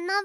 の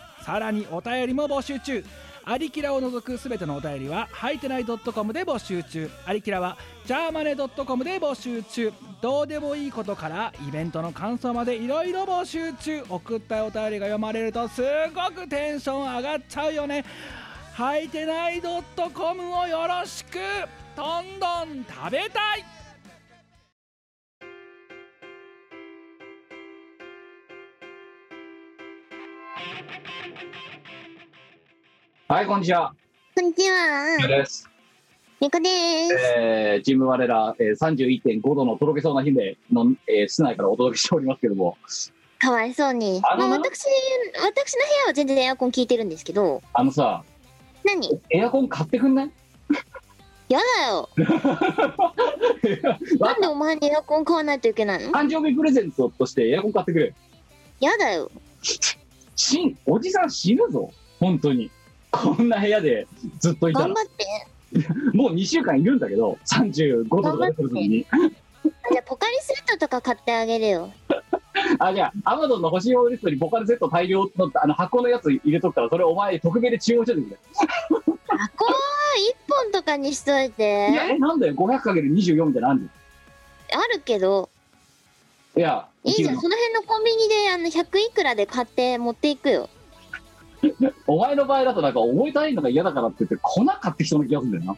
さらにお便りも募集中アリキラを除くすべてのお便りは、はいてない .com で募集中。アリキラは、ジャーマネ .com で募集中。どうでもいいことから、イベントの感想までいろいろ募集中。送ったお便りが読まれると、すごくテンション上がっちゃうよね。はいてない .com をよろしくどんどん食べたいはい、こんにちは。こんにちはゆうです。みこです、えー、チーム我ら、えー、31.5度のとろけそうな姫の、えー、室内からお届けしておりますけども、かわいそうに。あまのあ、私、私の部屋は全然エアコン効いてるんですけど、あのさ、何エアコン買ってくんないやだよ。なんでお前にエアコン買わないといけないの誕生日プレゼントとしてエアコン買ってくれ。やだよ。しん、おじさん死ぬぞ。本当に。こんな部屋でずっといたら頑、張って。もう2週間いるんだけど、35度とか出てる時に。じゃあ、ポカリスエットとか買ってあげるよ。あ、じゃあ、アマゾンの星用リストにボカルセット大量のあの箱のやつ入れとくから、それお前特別で注文しててくれ。箱を一本とかにしといいや、て。え、なんだよ、500×24 みたいなのあんじあるけど、ゃんいや、いいじゃ生きるん。のその辺のコンビニで、あの、100いくらで買って持っていくよ。お前の場合だとなんか覚えたいのが嫌だからって言って粉買ってきそうな気がするんだよな。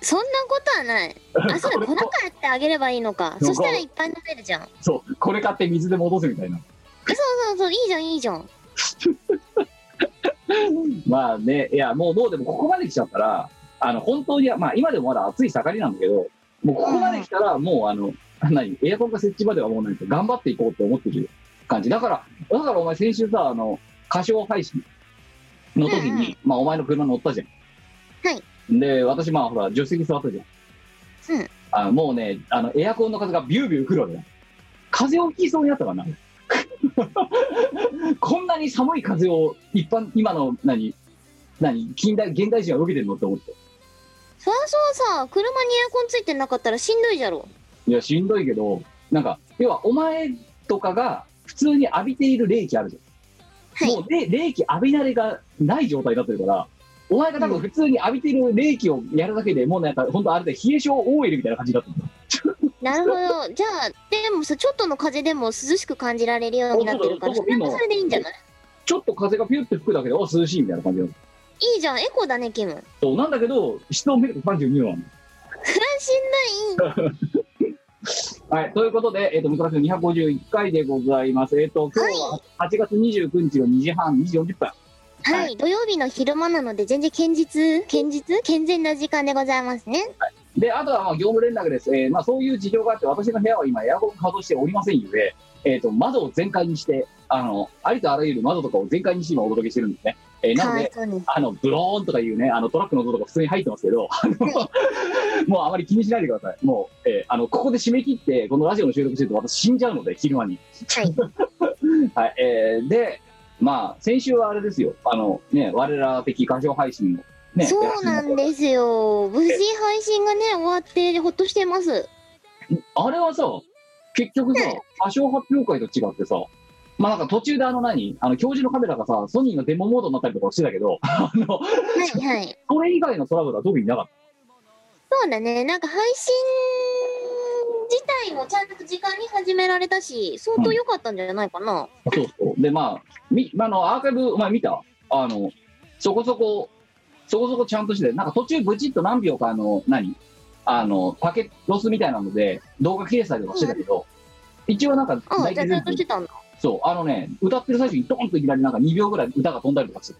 そんなことは ない。あ、そうだ、粉買ってあげればいいのか。そうそしたらいっぱい飲めるじゃん。そう、これ買って水で戻せみたいな。そうそうそう、いいじゃん、いいじゃん。まあね、いや、もうもうでもここまで来ちゃったら、あの、本当に、まあ今でもまだ暑い盛りなんだけど、もうここまで来たら、もうあの、何、エアコンが設置まではもうないと頑張っていこうって思ってる感じ。だから、だからお前先週さ、あの、歌唱配信の時に、うんうんまあお前の車乗ったじゃん。。はいで、私まあほら、助手席座ったじゃん。うん。あのもうね、あの、エアコンの風がビュービュー来るわけだ。風邪をひきそうになったかな。 こんなに寒い風を一般、今の何、何、近代、現代人は受けてるのって思って。そりゃそうさ、車にエアコンついてなかったらしんどいじゃろ。いや、しんどいけど、なんか、要はお前とかが普通に浴びている冷気あるじゃはん。いもうで冷気浴び慣れがない状態になってるから、お前が多分普通に浴びている冷気をやるだけで、もうなんか、本当あれで冷え性 OL みたいな感じだったんだ。なるほど。じゃあ、でもさ、ちょっとの風でも涼しく感じられるようになってるから、そそうそうれそうはそれでいいんじゃないちょっと風がピュって吹くだけで、お涼しいみたいな感じだった。いいじゃん、エコだね、 キム。それはそうなんだけど、室温見ると32度なんだ。しんどい。はい、ということで、えっ、と、昔の251回でございます。えっ、と、今日は8月29日の2時半、2時40分。はい、土曜日の昼間なので、全然堅実、堅実、健全な時間でございますね。で、あとはまあ業務連絡です。えーまあそういう事情があって、私の部屋は今エアコン稼働しておりませんゆえ、えっ、と、窓を全開にして、あの、ありとあらゆる窓とかを全開にして今お届けしてるんですね。えーなかのわでい、そうに。あの、ブローンとかいうね、あの、トラックの音とか普通に入ってますけど、 あのもうあまり気にしないでください。もう、えーあの、ここで締め切って、このラジオの収録してると私死んじゃうので、昼間に。はい。はい、えーで、まあ、先週はあれですよ、あの、ね、我ら的歌唱配信をね、そうなんす。ですよ。無事配信がね、終わって、ほっとしてます。あれはさ、結局さ、歌唱発表会と違ってさ、まあなんか途中であの何、あの、教授のカメラがさ、ソニーのデモモードになったりとかしてたけど、あの、はい、はい。それ以外のトラブルは特になかっそうだね、なんか配信自体もちゃんと時間に始められたし、相当良かったんじゃないかな。た。そうそう。で、まあ、み、まあ、あの、アーカイブ、お前見たあの、そこそこ、そこそこちゃんとして、なんか途中ブチッと何秒かあの、何あの、パケロスみたいなので、動画切れてたりとかしてたけど、一応なんか、ああ、大じゃあ体ちゃんとしてたんだ。そう、あのね、歌ってる最中にドーンといきなりなんか2秒ぐらい歌が飛んだりとかして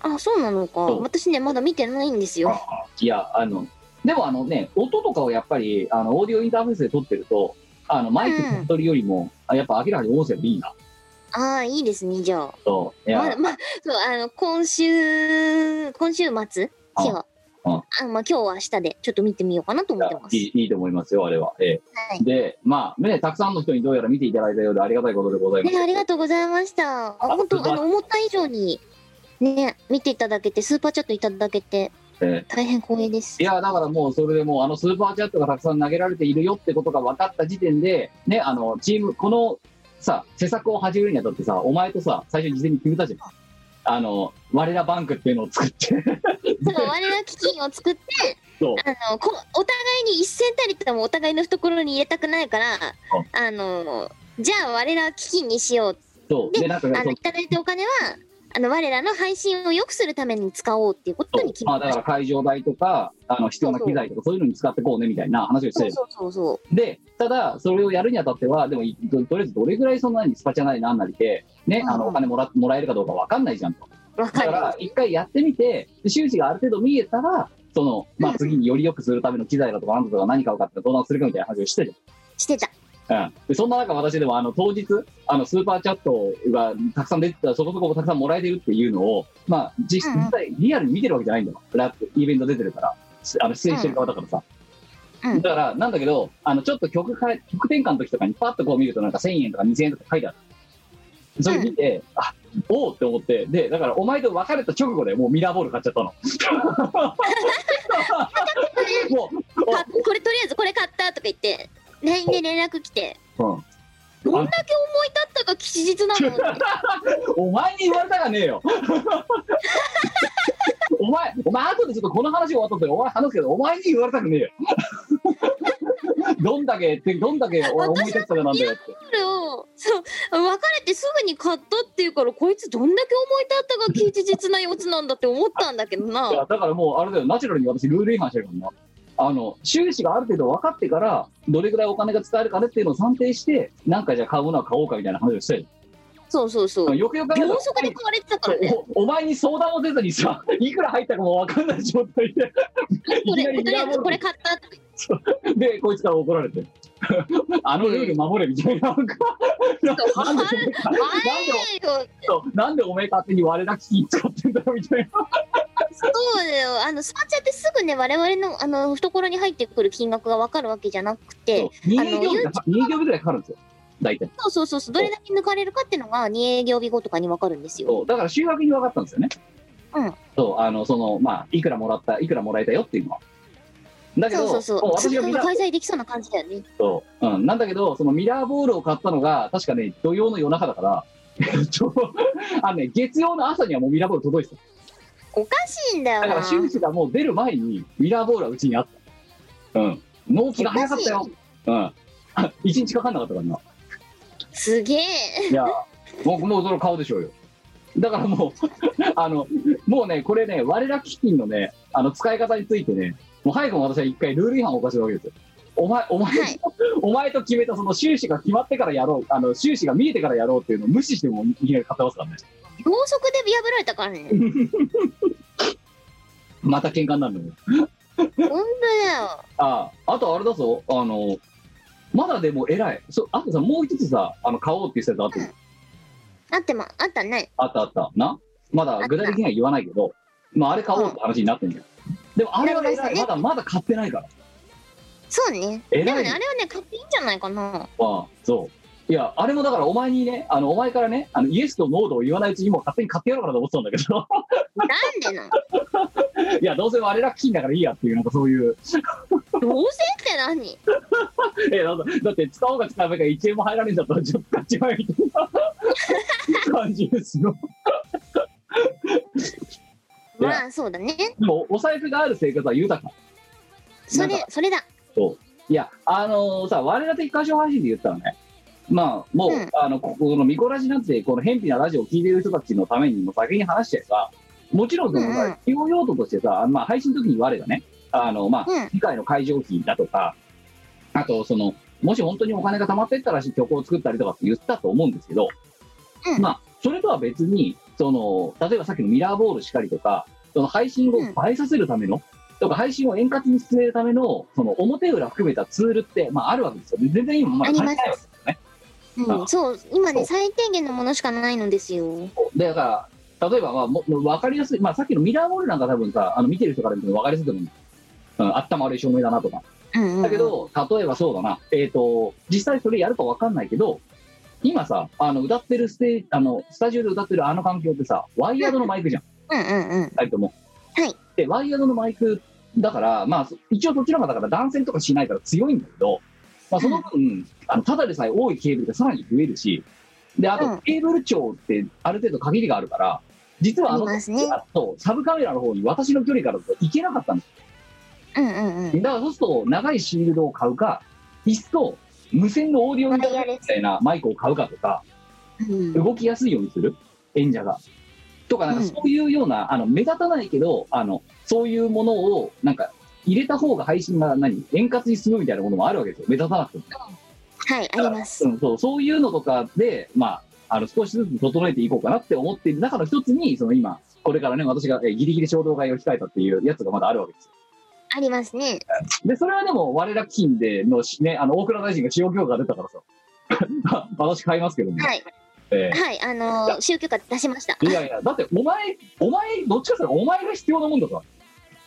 あ、そうなのか。そう私ね、まだ見てないんですよ。いや、あの、でもあのね、音とかをやっぱり、あの、オーディオインターフェースで撮ってると、あの、マイクで撮るよりも、あやっぱ明らかに音声でいいな。ああ、いいですね、じゃあ。そう。いや、まだ、まあ、そう、あの、今週、今週末うん今日。うんあまあ、今日は明日でちょっと見てみようかなと思ってます。いいいいと思いますよ、あれは。ええはいで、まあ、ね、たくさんの人にどうやら見ていただいたようでありがたいことでございます。ね、ありがとうございました。あ本素当あ晴らしいの思った以上にね見ていただけてスーパーチャットいただけてえ大変光栄です。えいや、だからもう、それでもう、あの、スーパーチャットがたくさん投げられているよってことが分かった時点で、ね、あの、チーム、この、さ、施策を始めるにあたってさ、お前とさ、最初に事前に決めたじゃん。あの、我らバンクっていうのを 作って。そう我ら基金を作ってそうあのこお互いに一銭たりともお互いの懐に入れたくないからうんあのじゃあ我ら基金にしようそう。で、なんか、あそのういただいたお金はあの我らの配信を良くするために使おうっていうことに決まめあ、だまし。から会場代とか、あの、必要な機材とか、そういうのに使ってこうね、みたいな話をしたてたそようそうそうそう。で、ただ、それをやるにあたっては、でも、いととりあえずどれぐらいそんなにスパチャなりなんなりで、ね、うんあの、お金もらもらえるかどうかわかんないじゃんと。わだかかる。ら、一回やってみて、で収支がある程度見えたら、その、ま あ、次により良くするための機材だとか、なんとか何買うかって相談するかみたいな話をしてる。してた。うん。で、そんな中、私でも、あの、当日、あの、スーパーチャットがたくさん出てた、そこそこたくさんもらえてるっていうのを、まあ、実うんうん実際、リアルに見てるわけじゃないんだよ。ラップイベント出てるから、しあの、出演してる側だからさ。うんだから、なんだけど、あの、ちょっと曲か、曲転換の時とかにパッとこう見ると、なんか1000円とか2000円とか書いてある。それ見て、あ、おうって思って、で、だからお前と別れた直後でもうミラーボール買っちゃっ たの。 もかこれとりあえずこれ買ったとか言って LINE で連絡来てう、うんどんだけ思い立ったか吉日なのってお前に言われたかねえよ。 お前、お前、後でちょっとこの話終わったって、お前話すけど、お前に言われたくねえよ。 どんだけ、どんだけ俺思い出したかなんだよって。それをそう別れてすぐに買ったっていうからこいつどんだけ思い立ったか吉日なやつなんだって思ったんだけどないやだからもうあれだよナチュラルに私ルール違反してるからなあの収支がある程度分かってからどれぐらいお金が使えるかねっていうのを算定してなんかじゃあ買うものは買おうかみたいな話をしたよそうそうそうよくよく考えた秒ら速で買われてたからねおお前に相談も出ずにさいくら入ったかも分かんない状態でこいきなれりとミりあえラーずボこーれル買ったってでこいつから怒られて あのルール守れみたいななんかなんでなんであれよなんでお前勝手に我ら基金使ってんだよみたいなそうだよあのスパチャってすぐね我々のあの懐に入ってくる金額が分かるわけじゃなくて2営業日で二営業日ぐらいかかるんですよ大体そうそうそうそうどれだけ抜かれるかっていうのが2営業日後とかに分かるんですよそうだから週明けに分かったんですよね。うんそうあのそのまあいくらもらったいくらもらえたよっていうのは。だけそどうそうそうもうそ私がれミもラー開催できそうな感じだよねそう、うん、なんだけどそのミラーボールを買ったのが確かね土曜の夜中だから。 えっとあのね、月曜の朝にはもうミラーボール届いておかしいんだたよだかなら周知がもう出る前にミラーボールはうちにあったうん納期が早かったよ、うん、一日かかんなかったからなすげえいや、もう、もうその顔でしょうよ。だからもう、 あの、もうね、これね、我ら基金のね、あの、使い方についてね、もう早くも私は一回ルール違反を犯してるわけですよ。お前、お前、はい お前と決めたその収支が決まってからやろう、あの、収支が見えてからやろうっていうのを無視してもいきなり買ってますからね。秒速で破られたからね また喧嘩になるのよ。本当だよああ、あとあれだぞ、あの、まだでも偉い。そう、あとさ、もう一つさ、あの、買おうって言ってたやつあったよあってまあったねあったあった。なまだ具体的には言わないけど、まああれ買おうって話になってんじゃん。でもあれはねなりましまだまだ買ってないから。そうね偉いでもねあれはね買っていいんじゃないかなああ、そう。いや、あれもだからお前にね、あの、お前からね、あの、イエスとノードを言わないうちにもう勝手に買ってやろうかなと思ってたんだけど。なんでないや、どう せ我ら金だからいいやっていう、なんかそういう。どうせって何えなんかだって使おうか使うべきか1円も入られんだったら10買っちまえみたい な感じですよ。いやまあそうだねでも、お財布がある生活は豊か。そなんれそれだいや、あのさ、我々的歌唱配信で言ったらね、まあ、もう、うんあの、ここのミコラジなんて、この偏僻なラジオを聞いてる人たちのためにも先に話しちゃえば、もちろんそのうんうんさ、企業用途としてさ、まあ、配信の時に我がね、あの、まあ、うん次回の会場費だとか、あと、その、もし本当にお金が貯まってったらしい曲を作ったりとかって言ったと思うんですけど、うんまあ、それとは別に、その、例えばさっきのミラーボールしかりとか、その配信を映えさせるための、とか配信を円滑に進めるための、その表裏含めたツールって、まあ、あるわけですよね。全然今まだ足りないわけですよね。うん、そう、今ね、最低限のものしかないのですよ。でだから、例えば、まあ、ももう分かりやすい、まあ、さっきのミラーボールなんか多分さ、あの見てる人から見ても分かりやすいと思う。うん、頭悪い照明だなとか。うん、うん。だけ、ど、例えばそうだな、えっ、と、実際それやるか分かんないけど、今さ、あの、歌ってるステーあの、スタジオで歌ってるあの環境ってさ、ワイヤードのマイクじゃん、うんうんうん。二人とも。はい。で、ワイヤードのマイクだから、まあ、そ一応そっちの方がだから断線とかしないから強いんだけど、まあ、その分、あのただでさえ多いケーブルがさらに増えるし、で、あうんと、ケーブル長ってある程度限りがあるから、実はあの、ありますねあとサブカメラの方に私の距離からだといけなかったんですうんうんうん。だからそうすると長いシールドを買うかいっそ無線のオーディオインターフェースみたいなマイクを買うかとかうん動きやすいようにする演者がとかなんかうんそういうような、あの目立たないけどあのそういうものをなんか入れた方が配信が何円滑に進むみたいなものもあるわけですよ目立たなくてもはい、あります。うん、そうそういうのとかで、まあ、あの少しずつ整えていこうかなって思っている中の一つにその今これからね私がえギリギリ衝動買いを控えたっていうやつがまだあるわけですよありますね。で、それはでも、我ら基金でのし、ね、あの、大倉大臣が使用許可が出たからさ。 私買いますけどね。はい、えはい、あのー、宗教家出しました。えいやいや、だって、お前、お前、どっちかっていうとお前が必要なもんだか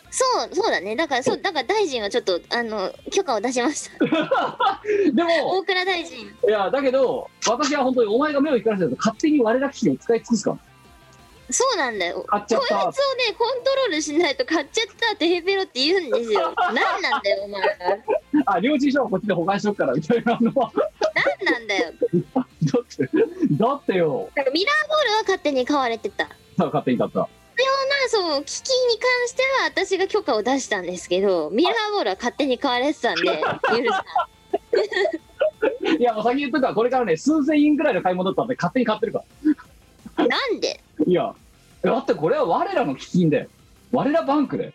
そう、そうだね。だから、そう、だから大臣はちょっと、あの、許可を出しました。ら。でも、大倉大臣。いや、だけど、私は本当にお前が目を光らせると、勝手に我ら基金を使い尽くすから。そうなんだよ。こ買っちゃいっつをたね。、コントロールしないと買っちゃったってヘペロって言うんです よ。なんなんだよ、お前は。あ、領収書はこっちで保管しとくから、みたいなのは。なんなんだよ。だって、だってよ。だからミラーボールは勝手に買われてた。まあ、さあ、勝手に買った。そう、危機に関しては私が許可を出したんですけど、ミラーボールは勝手に買われてたんで、許さん。いや、もう先言っとくから、これからね、数千円くらいの買い物だったんで、勝手に買ってるから。なんでいや、だってこれは我らの基金だよ。我らバンクだよ。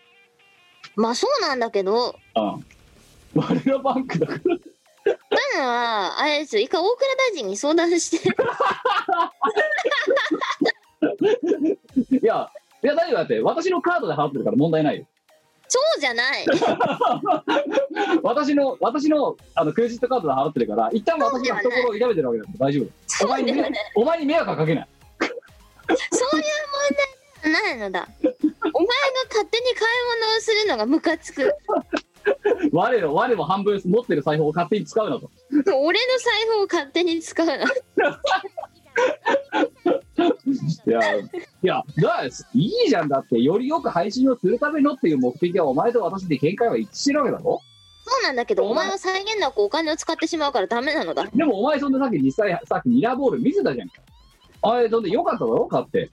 まあそうなんだけど、うん。 我らバンクだから。ただは、あれですよ、一回大倉大臣に相談して、いや、いや、大丈夫だって、私のカードで払ってるから問題ないよ。そうじゃない。私の、私の、あの、クレジットカードで払ってるから、一旦私が懐を痛めてるわけだから大丈夫だよ。おそう前でにも迷ない惑、お前に迷惑はかけない。そういう問題じゃないのだ。お前が勝手に買い物をするのがムカつく。我の、我も半分持ってる財布を勝手に使うなと。俺の財布を勝手に使うの。いや、いや、だいいじゃんだって、よりよく配信をするためのっていう目的は、お前と私で見解は一致してるわけだろそうなんだけど、お前は際限なくお金を使ってしまうからダメなのだ。でもお前そんでさっき実際、さっきミラーボール見せたじゃんか。あれ、そんでよかっただろ買って。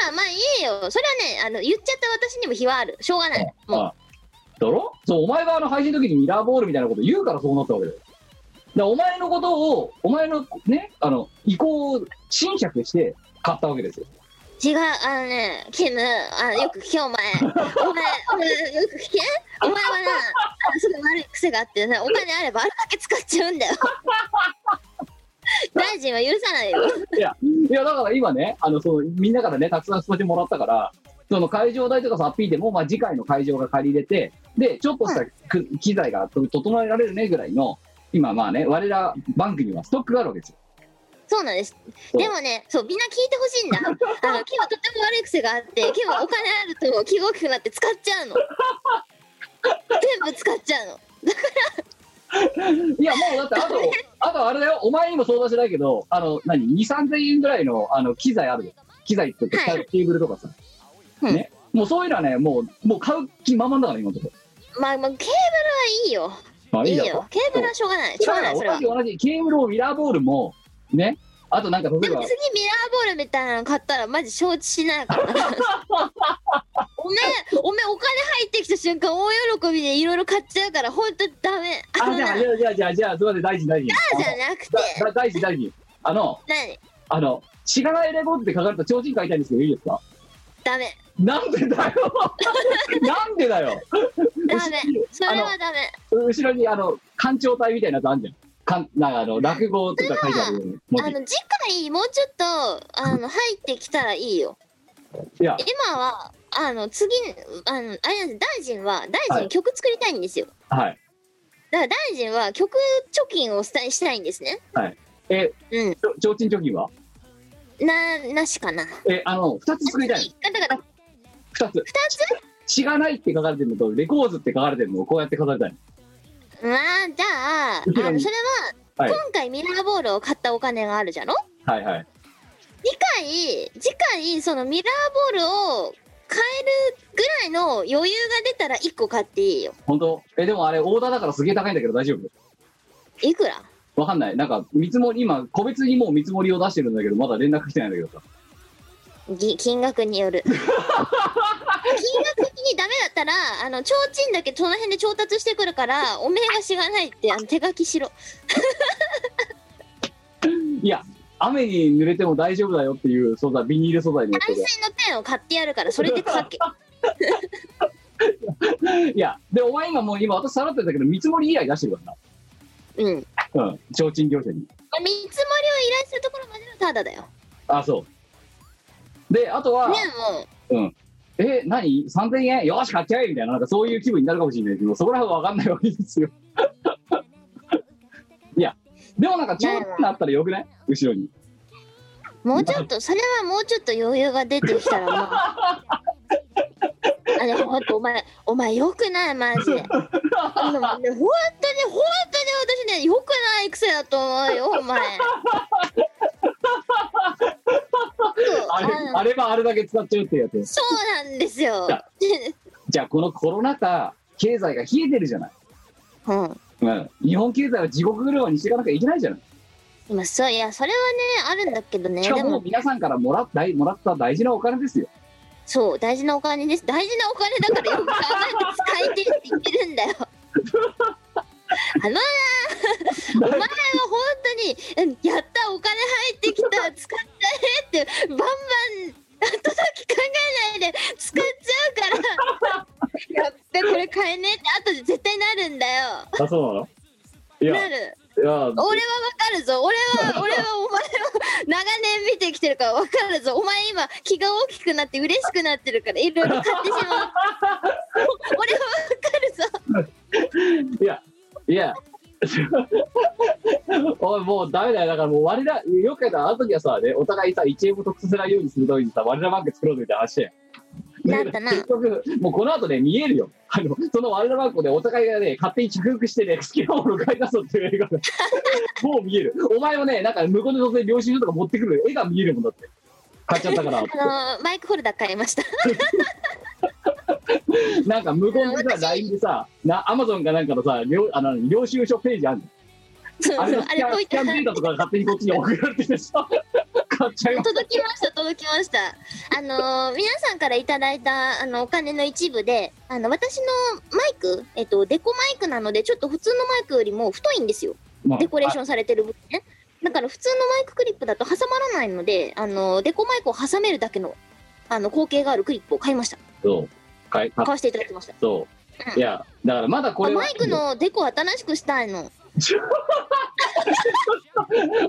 ほら、まあいいよ。それはね、あの、言っちゃった私にも非はある。しょうがない。もう。あだろそうお前があの配信の時にミラーボールみたいなこと言うからそうなったわけだよだからお前のことをお前のねあの意向を侵略して買ったわけですよ違う、あのね、キム、あよく聞け、お前。お前、お前、よく聞け。お前はな、あのすごい悪い癖があってな、お金あればあれだけ使っちゃうんだ よ。大臣は許さないよ。いやいやだから今ねあのそのみんなからねたくさんそうやってもらったからその会場代とかさアピーでも、まあ、次回の会場が借りれてでちょっとしたく機材がと整えられるねぐらいの今まあね我らバンクにはストックがあるわけですよそうなんです。そうでもね、そう、みんな聞いてほしいんだ。あの、キムとても悪い癖があって、キムはお金あると気が大きくなって使っちゃう の。全部使っちゃうの。いやもうだって あとあとあれだよお前にも相談してないけどあの何2 3 0 0円ぐらいのあの機材あるよ機材っていうかはい使えるケーブルとかさ、うんねもうそういうのはねもうもう買う気満々だから今のとこまあ、まあ、ケーブルはいいよ。ろあいいだよ。ケーブルはしょうがない。しょうだがない、から同それは。じでも同じケーブルもミラーボールもねあとなんか例次えミラーば ボールみたいなの買ったらマジ承知しない からなおめえおめえお金入ってきた瞬間大喜びでいろいろ買っちゃうからほんとダメああのじゃなあじじゃあじゃあじゃあじゃあすいません大臣大臣ゃなくてあのだだ大臣大臣あの何あの「知らないレポート」って書かれた提灯書いたいんですけどいいですかダメなんでだよ なんで だよダメそれはダメ後ろにあの官庁隊みたいなやつあんじゃん。かんなんかあの落語とか書いてある文あ字。の次回もうちょっとあの入ってきたらいいよいや、今はあの次あのあれなんです大臣は大は臣い曲作りたいんですよ、はい。だから大臣は曲貯金をしたいしたいんですね、はいえ、うんちょ提灯貯金はななしかなえ、あの、二つ作りたいの。だから二つ。血がないって書かれてるのと、レコーズって書かれてるのをこうやって書かれたいの。まあじゃああうちののそれははい今回ミラーボールを買ったお金があるじゃろはいはい。次回次回そのミラーボールを買えるぐらいの余裕が出たら1個買っていいよ本当え、でもあれ、オーダーだからすげえ高いんだけど大丈夫いくらわかんない。なんか、見積もり、今、個別にもう見積もりを出してるんだけど、まだ連絡来てないんだけどさ。ぎ金額によ る金額的にダメだったらあの提灯だけその辺で調達してくるからおめえがしがないってあの手書きし ろいや、雨に濡れても大丈夫だよっていう素材、ビニール素材のやつ淡水のペンを買ってやるからそれで書けで。いや、で、お前今もう、今私さらってたけど、見積もり依頼出してるからうんまな。うん。提灯業者に。あ見積もりを依頼するところまでのただだよあ、そう。で、あとは、ねえもうえ、何 ?3000 円よーし、買っちゃえみたいな、なんかそういう気分になるかもしれないけど、そこら辺は分かんないわけですよ。 いや、でもなんか、ちょっとなったらよくない後ろに。もうちょっとそれはもうちょっと余裕が出てきたらまあ あでもほんとお前お前よくないマジであのね本当に本当に私ねよくない癖だと思うよお前そうあれあのあればあれだけ使っちゃうってやつ。そうなんですよいやじゃあ、このコロナ禍、経済が冷えてるじゃない。うんうん。日本経済は地獄車にしていかなきゃいけないじゃない。今そういやそれはねあるんだけどねしでかもも皆さんからもらったもらった大事なお金ですよ。そう大事なお金です大事なお金だからよく考えて使いてって言ってるんだよ あのお前は本当に「やったお金入ってきた使っちゃえ」ってバンバン後先考えないで使っちゃうか らやってこれ買えねえって後で絶対なるんだよあ、そうなのいや、ないるや、俺はわかるぞ俺 は俺はお前を長年見てきてるからわかるぞお前今気が大きくなって嬉しくなってるからいろいろ買ってし まう俺はわかるぞいや、いや、 おい、もうダメだよ。だからもう割りだ、よくやったらあの時はさ、ね、お互いさ、1円も得させないようにするためにさ、割りだバンク作ろうぜって話だよ。なんだな結局、もうこの後ね、見えるよ。あの、その割りだバンクをね、お互いがね、勝手に着服してね、好きなものを買い出そうっていう映画が、 もう見える。お前もね、なんか向こうの突然領収書とか持ってくる絵が見えるもんだって。買っちゃっ たから。あのマイクホルダー買いましたなんか無言でさ、LINE でさ、な、アマゾンかなんかのさ、領あの領収書ページある そうあれそうのスあキれャンこういスっキたャンデータとかが勝手にこっちに送られてきてさ、 買っちゃいます。届きました届きましたあのー皆さんからいただいたあのお金の一部であの私のマイク、えっと、デコマイクなのでちょっと普通のマイクよりも太いんですよまあデコレーションされてる分ねだから普通のマイククリップだと挟まらないのであのデコマイクを挟めるだけのあの光景があるクリップを買いましたそう、買い、買買わせていただきましたそう。いや、だからまだこあれはマイクのデコ新しくしたいの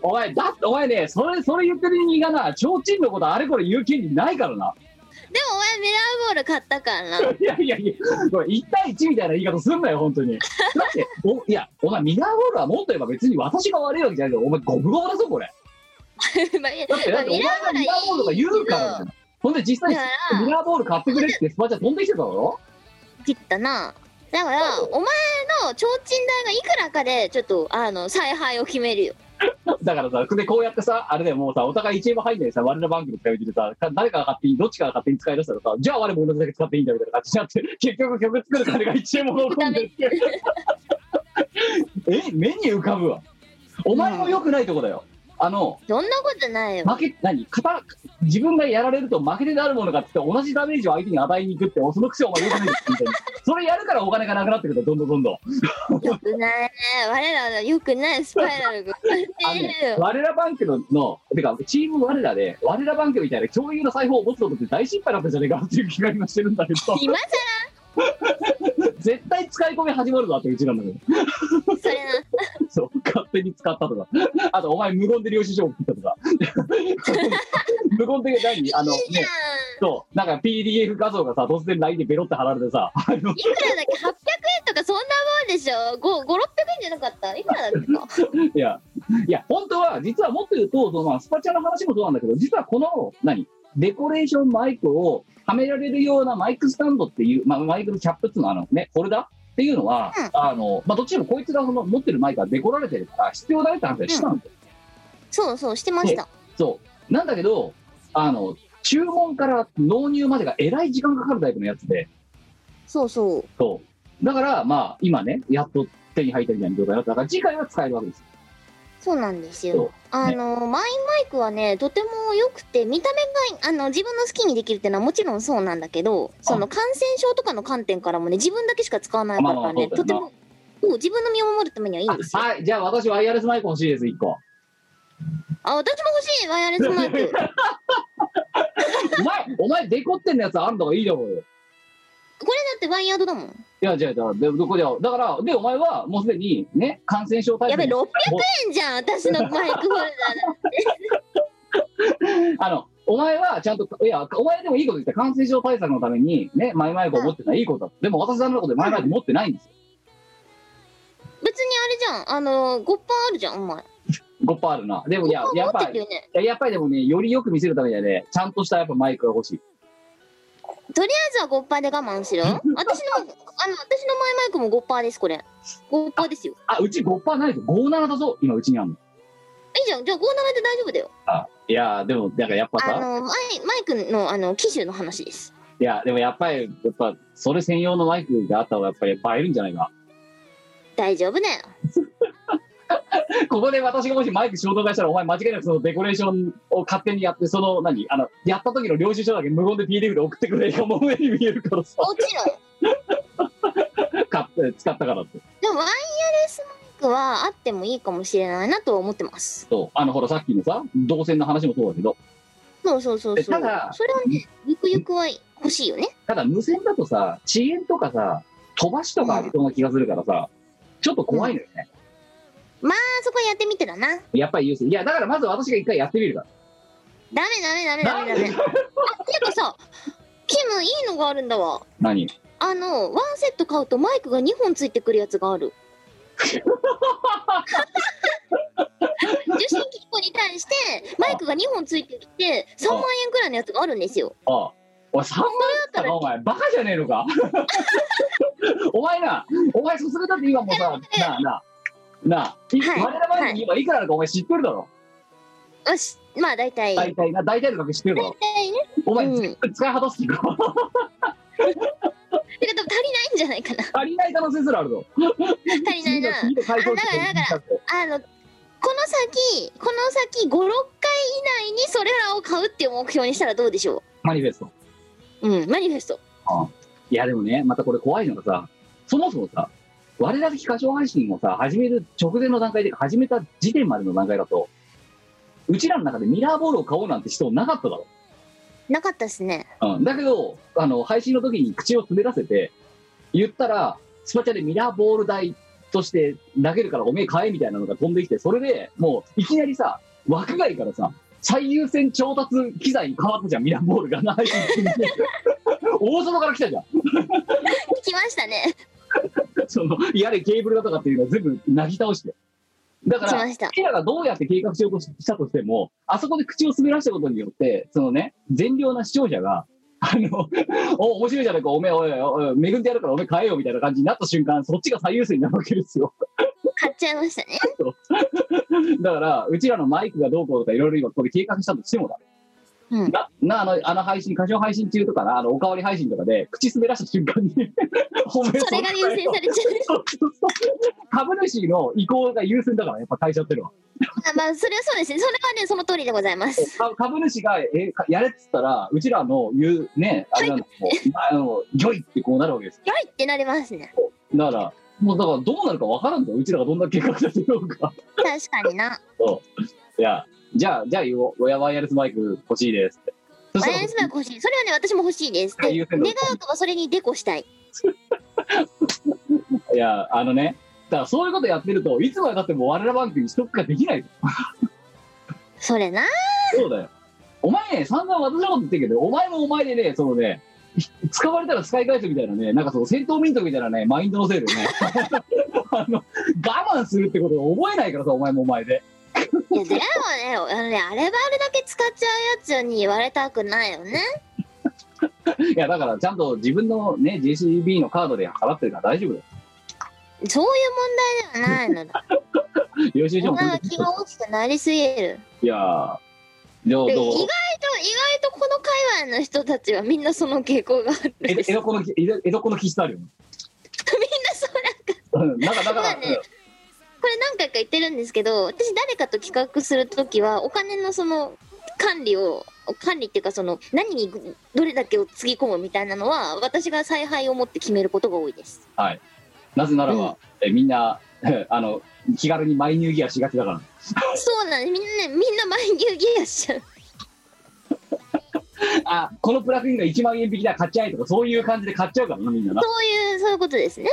お前、だってお前ね、それ、それ言ってる人間がな、提灯のことあれこれ言う権利ないからな。 でもお前ミラーボール買ったからないやいやいや、これ1対1みたいな言い方すんなよ、本当に。だって、おいや、お前、ミラーボールはもっと言えば別に私が悪いわけじゃないけど、お前、五分五分だぞ、これ。 まあいやだって、だってお前がミラーボールとか言うからだよほんで実際だかミらラーボール買ってくれってスパチャ飛んできてただろ切ったなだからお前の提灯代がいくらかでちょっとあの采配を決めるよだからさ、でこうやってさ、あれだよ、もうさ、お互い1円も入んないでさ、我のバンクの使い道でさ、か誰かが勝手に、どっちかが勝手に使い出したらさ、じゃあ我も同じだけ使っていいんだみたいな感じになって、 結局曲作る金が1円も残んでって。 え、目に浮かぶわ。お前も良くないとこだよ。あの、そんなことないよ負け、何肩、自分がやられると負け手であるものかって言って、同じダメージを相手に与えに行くって、その癖お前良くないですみたいな。それやるからお金がなくなってくるんだよどんどんどんどん。よくないね我らのよくないスパイラルが生まあれのていねるよ我らバンクのの、てか、チーム我らで、我らバンクみたいな共有の財布を持つことって大失敗だったじゃねえかっていう気が今してるんだ けど、今さ絶対使い込み始まるなってうちらのね。らそれなそう、勝手に使ったとか。あと、お前無言で領収書送ったとか。 無言で何あの、ね、いいじゃんそう、なんか PDF 画像がさ、突然 LINE でベロって貼られてさ、あの、いくらだっけ800円とかそんなもんでしょ5 5 600円じゃなかったいくらだっけかいや、いや、本当は、実はもっと言うと、そのまあスパチャの話もそうなんだけど、実はこの、何デコレーションマイクをはめられるようなマイクスタンドっていう、まあ、マイクのキャップっていうのは、あのね、ホルダーっていうのは、うんあの、まあ、どっちでもこいつがその持ってるマイクはデコられてるから、必要だねって話はしたんだよ。そうそうしてましたそう。なんだけど、あの、注文から納入までがえらい時間かかるタイプのやつで、そうそうそう。だから、まあ、今ね、やっと手に入ったみたいな状態だったから、次回は使えるわけですよ。そうなんですそうよ。あの、マインマイクはね、とても良くて、見た目が、あの、自分の好きにできるってのはもちろんそうなんだけど、その感染症とかの観点からもね、自分だけしか使わないかまあまあらそうね、だよなとても、そう自分の身を守るためにはいいんですあよ。はい、じゃあ私、ワイヤレスマイク欲しいです、1個。あ、私も欲しい、ワイヤレスマイ ク。お前、お前、デコってんのやつあんだからいいだろうよ。これだってワイヤードだもん。いや、違う違う、でどこで、だから、で、お前はもうすでにね、感染症対や策べ、600円じゃん、私のマイ クホルダーだ。あの、お前はちゃんと、いや、お前でもいいこと言った、感染症対策のために、ね、マイマイクを持ってないいいことだ。でも、私さんのことでマイマイク持ってないんですよ。別にあれじゃん、あの、5%あるじゃん、お前。 5%あるな。でも、いや、や持っってぱるり、いよね。ややっぱりでもね、よりよく見せるためにはね、ちゃんとしたやっぱマイクが欲しい。とりあえずは5%で我慢 しろ。私の、あの、私のマイマイクも5%です、これ。5%ですよ。あ、うち5%ないと57だぞ、今、うちにあるの。いいじゃん、じゃあ57で大丈夫だよ。いや、でも、だからやっぱあさ、のマイマイクのあの機種の話です。いや、でもやっぱり、やっぱ、それ専用のマイクがあった方が、やっぱり映えるんじゃないか。大丈夫だよ。ここで私がもしマイク衝動買いしたら、お前間違いなくそのデコレーションを勝手にやって、その何、あの、やった時の領収書だけ無言で PDF で送ってくれるがもう上に見えるからさ、もちろん。買って、使ったからって。でもワイヤレスマイクはあってもいいかもしれないなとは思ってます。そう、あの、ほら、さっきのさ、動線の話もそうだけど、そうそうそうえそう。ただそれはね、ゆくゆくは欲しいよね。ただ無線だとさ、遅延とかさ、飛ばしとかありそうな気がするからさ、ちょっと怖いのよね。あそこはやってみてだな。ダメやっぱり言うしいや、だからまず私が一回やってみるから。ダメダメダメダメ。あ、ていうかさ、キムいいのがあるんだわ。何あの、ワンセット買うとマイクが2本ついてくるやつがある。受信機1個に対してマイクが2本ついてきて3万円くらいのやつがあるんですよ。ああ。おい、3万だったか、お前。バカじゃねえのか お前な、お前、さすがだって今もうさ、なあなあ、なあ、いはい我々前に今いくらなのかお前知ってるだろ。よし、まあ大体。大大体な、大体の額知ってるだろ。体ね。お前、うん全部使い果たす気か てか多分足りないんじゃないかな。足りない可能性すらあるぞ。足りないな。 次の次の回答あだからだしてあの、この先、この先5、6回以内にそれらを買うっていう目標にしたらどうでしょマニフェスト。う。うん、マニフェスト。いや、でもね、またこれ怖いのがさ、そもそもさ、我々歌唱配信をさ、始める直前の段階で、始めた時点までの段階だと、うちらの中でミラーボールを買おうなんて人なかっただろ。なかったっすね。うん、だけどあの配信の時に口を滑らせて言ったらスパチャでミラーボール台として投げるからおめえ買えみたいなのが飛んできてそれでもういきなりさ枠外からさ最優先調達機材に変わったじゃんミラーボールがな大外から来たじゃん聞きましたね。そのやれケーブルだとかっていうのを全部なぎ倒してだか聞きらました。キラがどうやって計画しようとしたとしても、あそこで口を滑らしたことによって、そのね、善良な視聴者が、あの、 お、面白いじゃないか、おめえ、おい、おい、恵んでやるからおめえ変えようみたいな感じになった瞬間、そっちが最優先になるわけですよ。買っちゃいました ね。だから、うちらのマイクがどうこうとかいろいろ今ここで計画したとしてもだ。うんな、な、あの、あの配信、歌唱配信中とかな、あの、おかわり配信とかで、口滑らした瞬間に、 おめえそれが優先されちゃう。そうそうそう株主の意向が優先だから、やっぱ会社ってのは。あまあ、それはそうですね。それはね、その通りでございます。か株主がえかやれっつったら、うちらの言うね、あれなんだもうあの、ギョイってこうなるわけです。よいってなりますね。だから、もうだからどうなるかわからんぞ、うちらがどんな計画立てようか。確かにな。いや、じゃあ、じゃあ言おう、親ワイヤレスマイク欲しいですって。そワしイヤレスマイたク欲しい。それはね、私も欲しいです。で、はい優願先度うとはそれにデコしたい。ら、いや、あのね、だからそういうことやってると、いつまでたっても我ら番組ストックができない。それな。そうだよ。お前ね、散々私のこと言ってるけど、お前もお前でね、そのね、使われたら使い返すみたいなね、なんかその戦闘民族みたいなね、マインドのせいでね、 あの我慢するってことを覚えないからさ、お前もお前で。いやでもねあのねあれはあれだけ使っちゃうやつに言われたくないよねいや、だからちゃんと自分のね、JCB のカードで払ってるから大丈夫だよ。そういう問題ではないの だ領収書も女本は当に気。が大きくなりすぎるいやー、じゃあどうで意外と意外とこの界隈の人たちはみんなその傾向があるん江戸です 江戸っ子のき江戸江戸っ子の気質あるよ。みんなそううんなんかだから、まあねこれ何回か言ってるんですけど私誰かと企画する時はお金のその管理を管理っていうかその何にどれだけをつぎ込むみたいなのは私が采配を持って決めることが多いですなぜならば、うんえみんな あの気軽にマイニューギアしがちだから。そうなんですみんなねみんなマイニューギアしちゃうあこのプラグインが1万円引きだ買っちゃえとかそういう感じで買っちゃうからなみんななそういうそういうことですね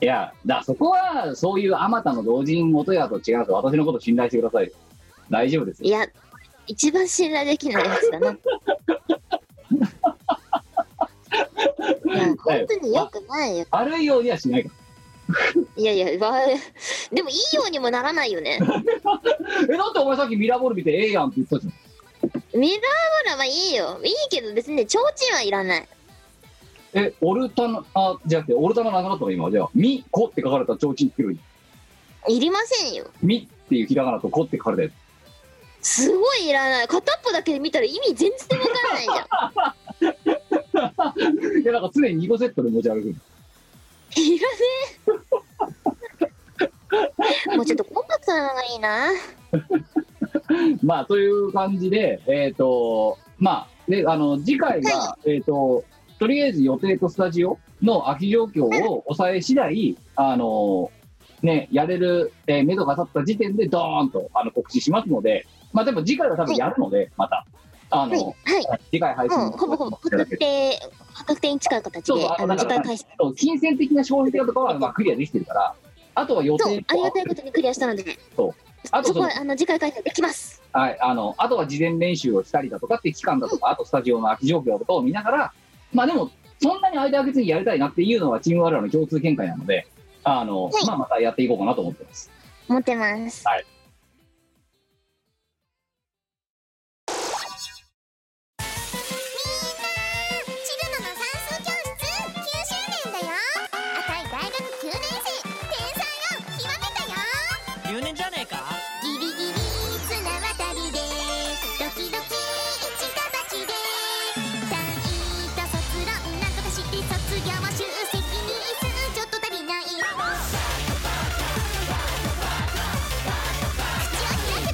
いやだからそこはそういうあまたの老人元やと違うと私のこと信頼してくださいよ大丈夫ですよいや一番信頼できないやつだないや本当によくないよ悪いようにはしないかいやいやわでもいいようにもならないよねらえだってお前さっきミラーボール見てええやんって言ったじゃんミラーボラはいいよ。いいけど別にね、ちょうちんはいらない。えオルタのあじゃなくてオルタのなくなったの今じゃあ「ミコ」って書かれた提灯作るにいりませんよ。 「ミ」っていうひらがなと「コ」って書かれたやつすごいいらない。片っぽだけで見たら意味全然わからないじゃん。いやなんか常に2個セットで持ち歩くいらねえ。もうちょっとコンパクトなのがいいな。まあという感じでえっ、とまあであの次回が、えっ、ととりあえず予定とスタジオの空き状況を抑え次第あのねやれる、えー、目処が立った時点でドーンとあの告知しますのでまあでも次回は多分やるので、またあはい。の、はい。次回配信もうほぼほぼいただけ確る定、確定に近い形そうで、そうあの、だ時から間返しそう金銭的な消費とかはまあクリアできてるからあとは予と、定ありがたいことにクリアしたので、そうあとそこそは、あの、次回開催できます。はい、あの、あとは事前練習をしたりだとかっていう期間だとか、あとスタジオの空き状況とかを見ながら、まあでも、そんなに間空けずにやりたいなっていうのはチーム我々の共通見解なので、あの、はいまあまたやっていこうかなと思ってます。持ってます。チルノの算数教室9周年だよ赤い大学9年生天才を極めたよ留年じゃねえかギリギリ綱渡りでドキドキ一か八で単位と卒論なんとかして卒業は集積に数ちょっと足りない口を開けばバカバカってうる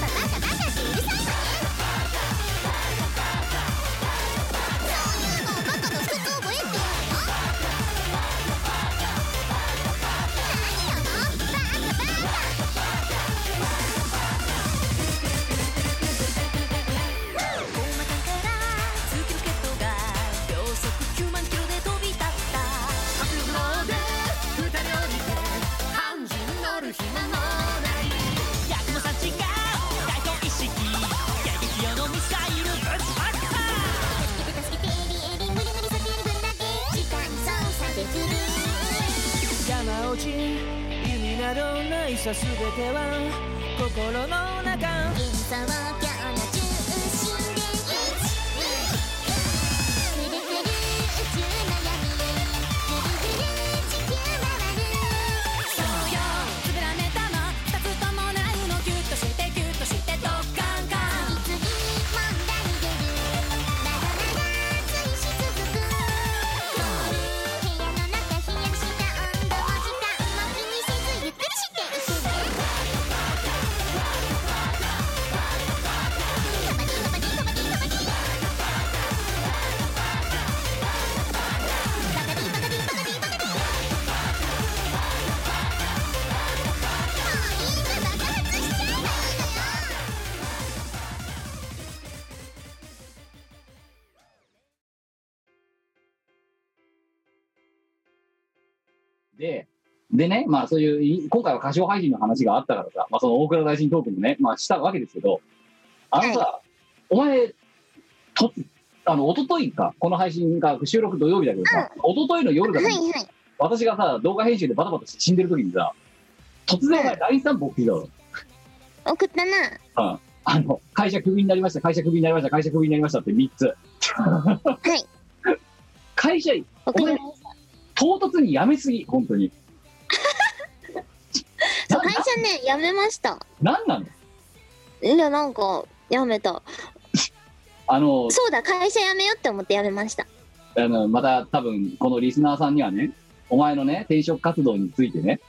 さいわねそういうのをバカの靴覚えってやるの大まかから月ロケットが秒速9万キロで飛び立った迫力ので二人降りて半人乗る暇もない役の差違う大統意識撃用のミサイルぶちまった助けて助けてエリエリ無理無理避ける分だけ時間操作できる「山落ち弓などないさ全ては心の中幻想郷の中心で1」「くるくる宇宙の闇」「ぐるぐる地球回る」「そうよつぶらねたま二つともないのギュッとしてギュッとしてドッカンカン次々問題出る」「まだまだ追し続く」「部屋の中冷やした温度も時間も気にせずゆっくりしていくね」で、でね、まあそういうい、今回は歌唱配信の話があったからさ、まあその大倉大臣トークもね、まあしたわけですけど、あのさ、お前、と、あの一昨日かこの配信が収録土曜日だけどさ、一昨日の夜だはいとはい。私がさ動画編集でバタバタして死んでる時にさ突然お前 LINE 散歩送ってきたの送ったな。あの、会社クビになりました、会社クビになりました、会社クビになりましたって3つ。はい。 会社、送りまし唐突に辞めすぎ、本 当に。た。そう、会社ね、辞めました。何なのいや、なんか、辞めた。あの、そうだ、会社辞めようって思って辞めました。あのまた多分、このリスナーさんにはね、お前のね、転職活動についてね、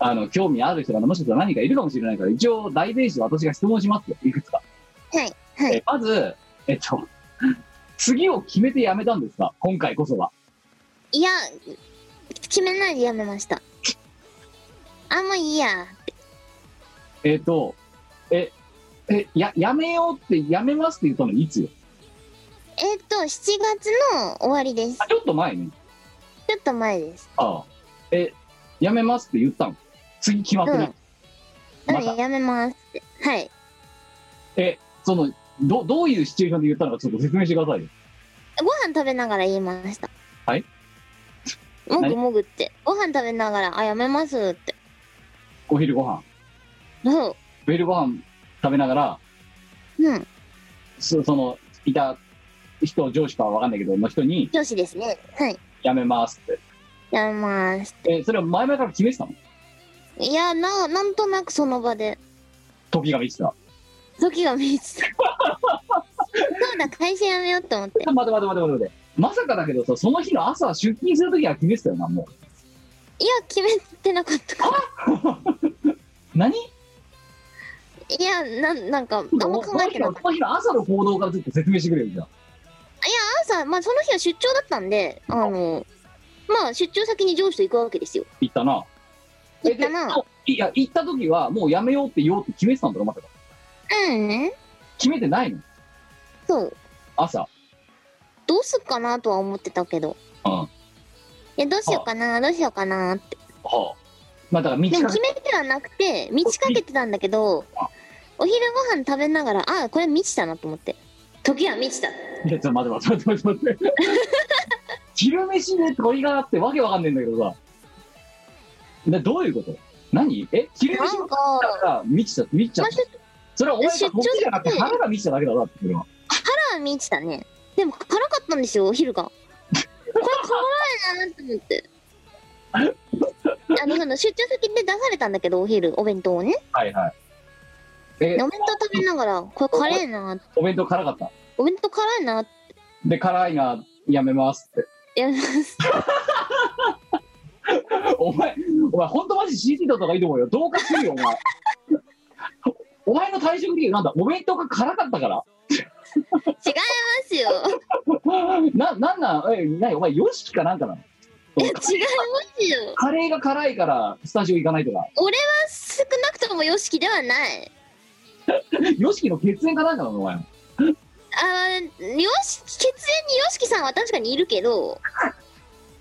あの、興味ある人がもしかしたら何かいるかもしれないから、一応、代弁して私が質問しますよ、いくつか。はい。はい。えまず、えっと、 次を決めて辞めたんですか今回こそは。いや、決めないでやめました。あ、もういいや。えっと、え、え、や、辞めようって、辞めますって言ったのいつよえっ、と、7月の終わりですあ。ちょっと前ね。ちょっと前です。ああえ、やめますって言ったの。次決まってない。うまたん、やめますって。はい。え、その、ど、どういうシチュエーションで言ったのかちょっと説明してくださいよ。ご飯食べながら言いました。はいもぐもぐって。ご飯食べながら、あ、やめますって。お昼ご飯。そお昼ご飯食べながら、う。うん。そその、いた人、上司かはわかんないけど、の人に、上司ですね。はい。やめますって。やめます。え、それは前々から決めてたのいや、な、なんとなくその場で。時が満ちた。時が見え てた。そうだ、会社辞めようって思って。待て待て待て待て待て。まさかだけどさ、その日の朝出勤する時は決めてたよな、もいや、決めてなかったから。う。何いや、なん、なんか、あんそまの考えて日なのかった。その日の朝の行動からちょっと説明してくれるじゃん。朝、まあ、その日は出張だったんで、あの、まあ、出張先に上司と行くわけですよ。行ったな。え行ったな。でいや、行った時は、もうやめようって言おうって決めてたんだろ、まさか。うん、ね。決めてないのそう。朝。どうすっかなとは思ってたけど。うん。はえ、どうしようかな、どうしようかなって。あ。まあ、だから、道でもか決めてはなくて、満ちかけてたんだけどあ、お昼ご飯食べながら、あ、これ満ちたなと思って。時は満ちた。いや、ちょっと待って待って待って 待って。昼飯で鳥があってわけわかんねえんだけどさ。でどういうこと何え昼な飯だんかか、ら、満ちちゃった、満ちちゃまっあ、たちょっとそれはお前が出張時じゃなくてで腹が満ちただけだろ、だってそれは。は満ちたね。でも、辛かったんですよ、お昼が。これ、辛いなと思って。あの、その出張先で出されたんだけど、お昼、お弁当をね。はいはい。えでお、弁当食べながら、これ、辛いなお弁当辛かった。お弁当辛いなってで、辛いな、やめますって。やめます。お前、お前、ほんとマジ CT だった方がいいと思うよ。同化するよ、お前。 お前の退職理由なんだお弁当が辛かったから違いますよ。な、なんなん、え、なにお前、ヨシキかなんかなのい や違いますよ。カレーが辛いからスタジオ行かないとか、少なくとも YOSHIKI ではない。ヨシキの血縁かなんかなのお前。あー、よし、血縁に YOSHIKI さんは確かにいるけど、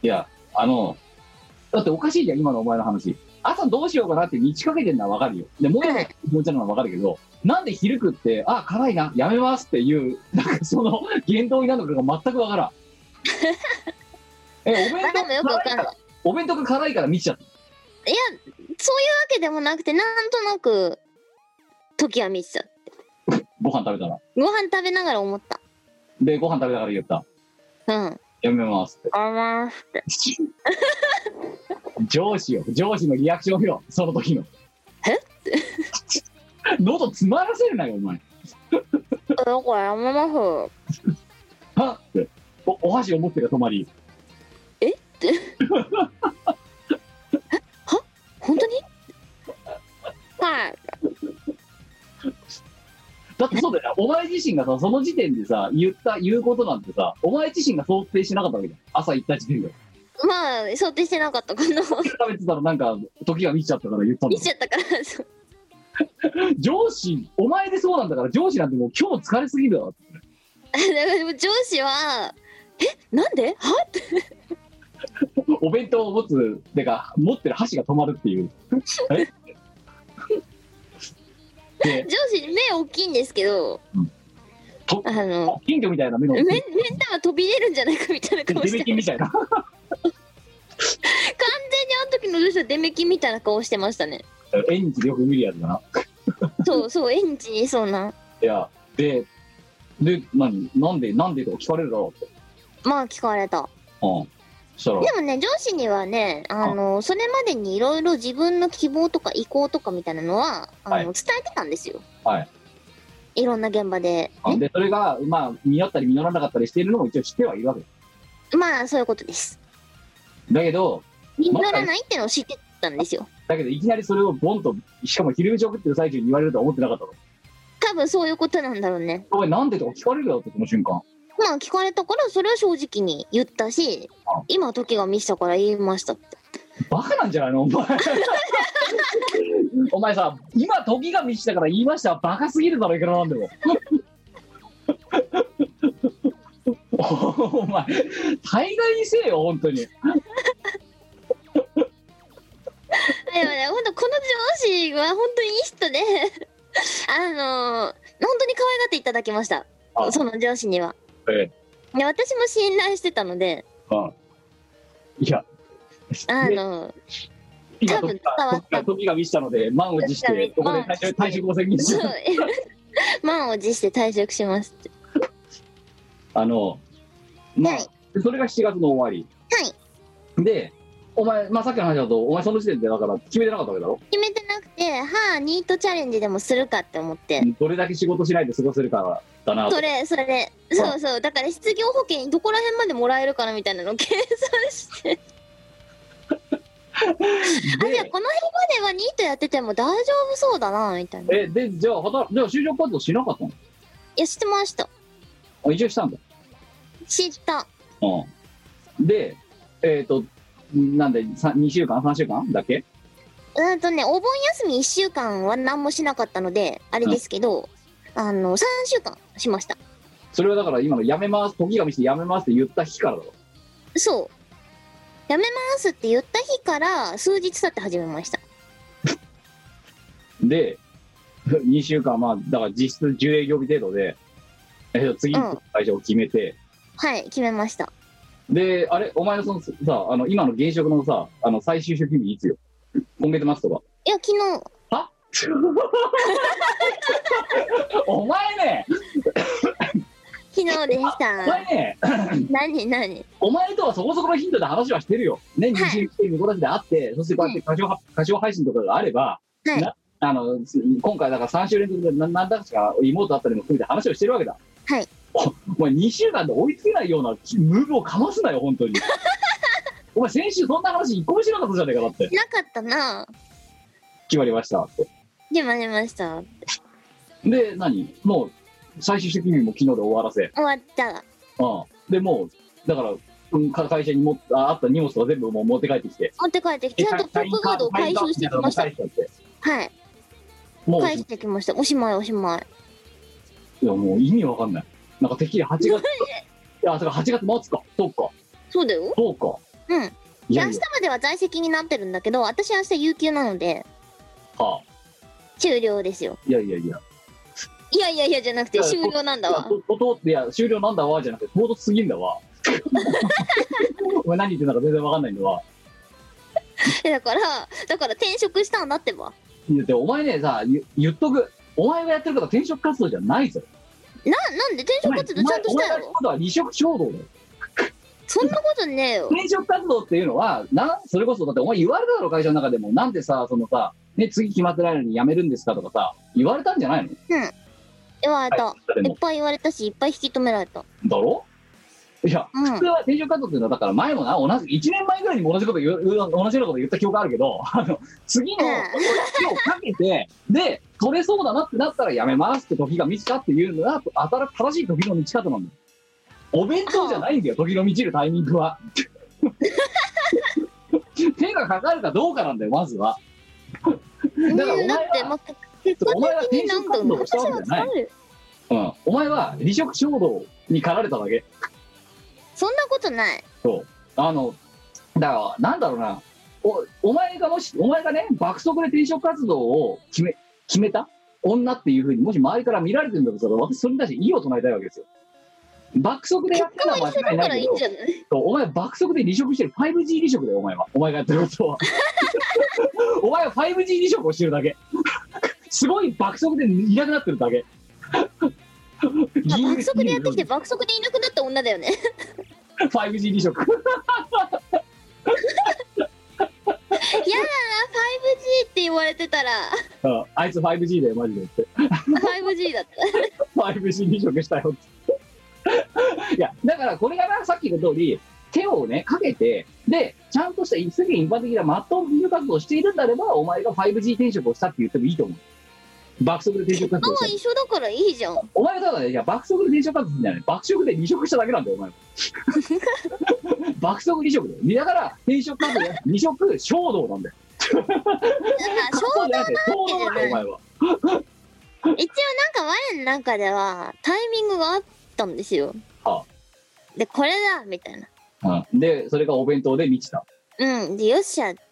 いや、あの、だっておかしいじゃん、今のお前の話。朝どうしようかなって道かけてるのはわかるよ。で、もやもや気持ちなのはわかるけど、なんで昼食って、あ、辛いな、やめますっていう、 なんかその言動になるのかが全くわからん。え、お弁まあで当もよくわかんない。いや、辛いお弁当が辛いから見ちゃった。そういうわけでもなくて、なんとなく、時は満ちた。ご飯食べたら。ご飯食べながら思った。で、ご飯食べたから言った。うん。やめますって。あまーすって。 上司よ、上司のリアクションよ、その時の。えって。 喉詰まらせるなよ、お前。だからやめます。はって。おお箸を持ってる泊まり。本当にはい。だってそうだよな、お前自身がさ、その時点でさ、言った、言うことなんてさ、お前自身が想定してなかったわけだよ。朝行った時点で。まあ、想定してなかったかな。 食べてたらなんか、時が満ちちゃったから言ったんだ見ちゃったから、そう上司、お前でそうなんだから、上司なんてもう今日疲れすぎるだろ。だからでも上司は、え、なんではって。お弁当を持つ、てか、持ってる箸が止まるっていう。えで上司目大きいんですけど、うんとあの金魚みたいな目の目目ん玉飛び出るんじゃないかみたいな顔デして完メキ全ンにみたいなあ の時のルシャデメキみたいな顔してましたね縁日でよく見るやつだなそうそうエンジにいそうないやでで何なんでなんでとか聞かれるだろうってまあ聞かれたうんそしたらでもね上司にはねあのそれまでにいろいろ自分の希望とか意向とかみたいなのはあの、はい伝えてたんですよはいいろんな現場であでそれがまあ実ったり実らなかったりしているのも一応知ってはいるわけまあそういうことですだけど実らないってのを知ってたんですよだけどいきなりそれをボンとしかも昼飯を食ってる最中に言われるとは思ってなかったの多分そういうことなんだろうねお前なんでとか聞かれるだろうってその瞬間まあ聞かれたからそれは正直に言ったしあ今時が見せたから言いましたってバカなんじゃないのお前お前さ今時が満ちたから言いましたはバカすぎるだろいくらなんでもお前大概にせえよ本当にでもね、ほんとこの上司は本当にいい人で、 あのー、本当に可愛がっていただきましたあ。その上司には。えで私も信頼してたので、あいやあでのー、今多分伝時わっがた時が満ちたので満を持してここで退職退職を宣言しそうよう、満を持して退職しますって。あのまあ、はいでそれが7月の終わりはい、で、お前、まあ、さっきの話だと、お前その時点でだから決めてなかったわけだろ、決めてなくて、はあ、ニートチャレンジでもするかって思って。どれだけ仕事しないで過ごせるかだなとそ。れそれそうそうだから失業保険どこら辺までもらえるかなみたいなのを計算してあじゃあでこの辺まではニートやってても大丈夫そうだなみたいないえ、で、じゃあ、働じゃあ就職活動しなかったのやしてましたあ一応したんだ。知ったうん。で、えっ、と、なんで、さ2週間、3週間だっけうんとねお盆休み1週間は何もしなかったのであれですけど、あの3週間しましたそれはだから今の辞めます、時が見して辞めますって言った日からだろ。そうやめますって言った日から数日経って始めましたで、2週間、まあ、だから実質10営業日程度で、えーと次の会社を決めて、はい決めましたで、あれ、お前のそのさ、あの、今の現職のさ、あの、最終職日いつよ今月末とか。いや昨日は お前ね、昨日でしおた前 ね、何何お前とはそこそこの頻度で話はしてるよ。ね、はい21回見殺しであって、そしてこうやって歌唱,、歌唱配信とかがあれば、はいなあの今回だから3週連続で何何だかしか妹だったりも含めて話をしてるわけだ。はいお。お前2週間で追いつけないようなムーブをかますなよ、本当 に。お前先週そんな話一個もしなかったじゃねえかだって。なかったな決まりましたって。決まりましたで、何もう、最終責任も昨日で終わらせ。終わったうん。で、もう、だから、うんか会社にもああった荷物とか全部もう持って帰ってきて。持って帰ってきてちゃんとトップガードを回収してきました社員カードみいなのも返しちゃってはいもう、返してきましたおしまいおしまいいやもう意味わかんない。なんかてっきり8月。いや、それ8月末か。そうか。そうだよそうか。うんいや明い日や、までは在籍になってるんだけど私明日有給なのではあ、終了ですよいやいやいや。いやいやいやじゃなくいてや終了なんだわ いやとといや、終了なんだわじゃなくて、唐突すぎんだわ。お前何言ってんだか全然わかんないんだわ。えだからだから転職したんだってばだってお前ね、さ、言言っとく。お前がやってることは転職活動じゃないぞ。ななんで転お職前活動ちゃんとしたやお前がやるろことは離職衝動だよ。そんなことねえよ転職活動っていうのは、なんそれこそ、だってお前言われただろ、会社の中でも。なんでさ、そのさ、ね、次決まってないのに辞めるんですかとかさ、言われたんじゃないの言われた、誰いっも。ぱい言われたしいっぱい引き止められただろいや、うん普通は転職活動っていうのは、だから前もな、同じ、1年前ぐらいにも同じこと言う、同じようなこと言った記憶あるけど、 あの、次の、うん手をかけて、で、取れそうだなってなったら辞めますって時が満ちたっていうのが、新正しい時の満ち方なんだよ。お弁当じゃないんだよ、時の満ちるタイミン グは。手がかかるかどうかなんだよ、まずは。だからおう前んだって、は、まあ、結お前果は的に転なん職か活動をした私わはけじゃ伝ないわるうん、お前は離職衝動に駆られただけ。そんなことないそう。あの、だから、なんだろうな。おお前がもし、お前がね、爆速で転職活動を決め、決めた女っていうふうにもし周りから見られてるんだとしたら私それに対して異を唱えたいわけですよ爆速でやって結果るのはは一緒間違いだなかいらけいいどんじゃないそうお前爆速で離職してる 5G 離職だよお前はお前がやってる ことはお前は 5G 離職をしてるだけすごい爆速でいなくなってるだけあギリ爆速でやってきて爆速でいなくなった女 だよね 5G 離職やだな 5G って言われてたらうんあいつ 5G だよマジでって 5G だった 5G 離職したよって いやだからこれがなさっきの通り手をねかけてでちゃんとした一世間一般的なマットフィールド活動をしているんであればお前が 5G 転職をしたって言ってもいいと思う爆速で転職活マ動をしマた一緒だからいいじゃんお前はただね、いや爆速で転職活動じゃない、爆速で離職しただけなんだよ、お前は。 爆速離職だよ。だから、転職活動じゃなくて、離職衝動なんだよ。なんか動じゃなくて、衝動だよ、お前は。一応なんか我の中ではタイミングがあったんですよあでこれだみたいなうんで、それがお弁当で満ちた。うんでよっしゃだか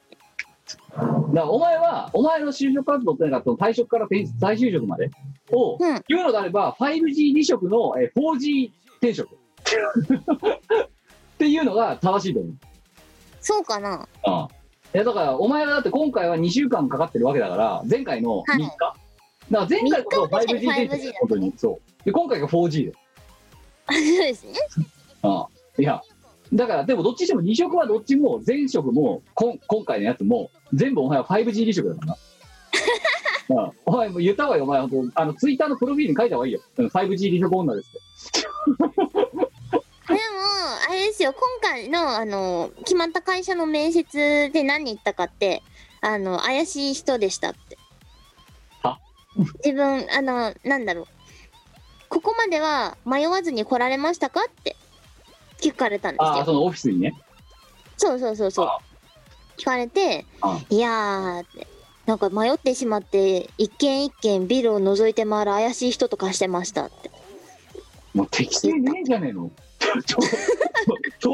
ら、お前は、お前の就職活動ってなんか、その退職から転再就職までを、うん言うのであれば、5G 離職のえー 4G 転職。っていうのが正しいと思う。そうかな あいやだからお前はだって今回は2週間かかってるわけだから前回の3日、はいだから前回こそ3日確か 5G でに 5G 本当にそうで今回が 4G であそうですねああいやだからでもどっちにしても2色はどっちも前職もこん今回のやつも全部お前は 5G 離職だからなああお前もう言ったわよお前ほんとあのツイッターのプロフィールに書いた方がいいようん 5G 離職女ですってでもあれですよ今回のあの決まった会社の面接で何言ったかってあの怪しい人でしたっては自分あのなんだろうここまでは迷わずに来られましたかって聞かれたんですああよそのオフィスにねそうそうそうそうあ聞かれてあいやーってなんか迷ってしまって一軒一軒ビルを覗いて回る怪しい人とかしてましたってもう適性ねえじゃねえの東京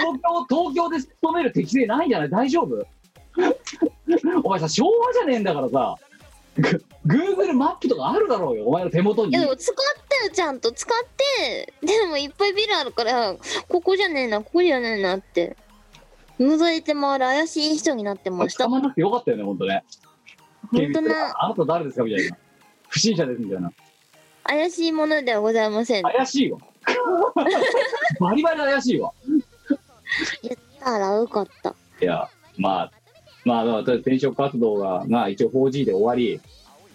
東京で勤める適性ないんじゃない大丈夫お前さ昭和じゃねえんだからさグ Google マップとかあるだろうよお前の手元いにやでも使ってよちゃんと使ってでもいっぱいビルあるからここじゃねえなここじゃねえなって覗いて回る怪しい人になってました捕まんなくてよかったよね本当ね本当なあなた誰ですかみたいな不審者ですみたいな怪しいものではございませんだ怪 しいわバリバリ怪しいわからよかったいやまあまあまあ転職活動が、まあ、一応 4G で終わり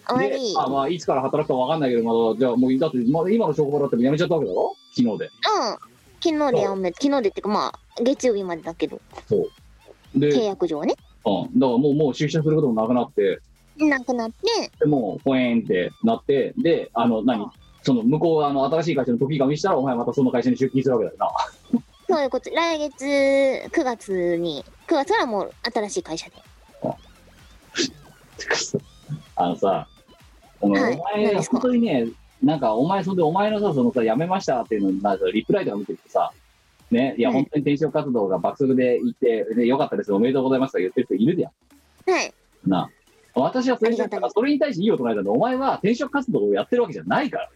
終わでりあまあ、いつから働くかわかんないけど、まだ、じゃあもう、だって、まだ今の職場だってもう辞めちゃったわけだろ昨日うで。ん昨日でやめ昨日でってかまあ月曜日までだけどそう。で、うん。契だか約上はねらもう、もう出社することもなくなって、なくなってでもう、ほえんってなって、で、あの、何その、向こうが、あの、新しい会社の時が見したら、お前またその会社に出勤するわけだよな。そういうこと来月9月に9月からもう新しい会社であのさ、お前、はいお何前ですか本当にね、なんか、お前、そんで、お前のさ、そのさ、辞めましたっていうの、なんかリプライとか見てるとさ、ね、いや、はい本当に転職活動が爆速で行って、で、よかったです、おめでとうございますとか言ってる人いるじゃん。はいなあ私はそれにありがたいそれに対していい音ないだろお前は転職活動をやってるわけじゃないから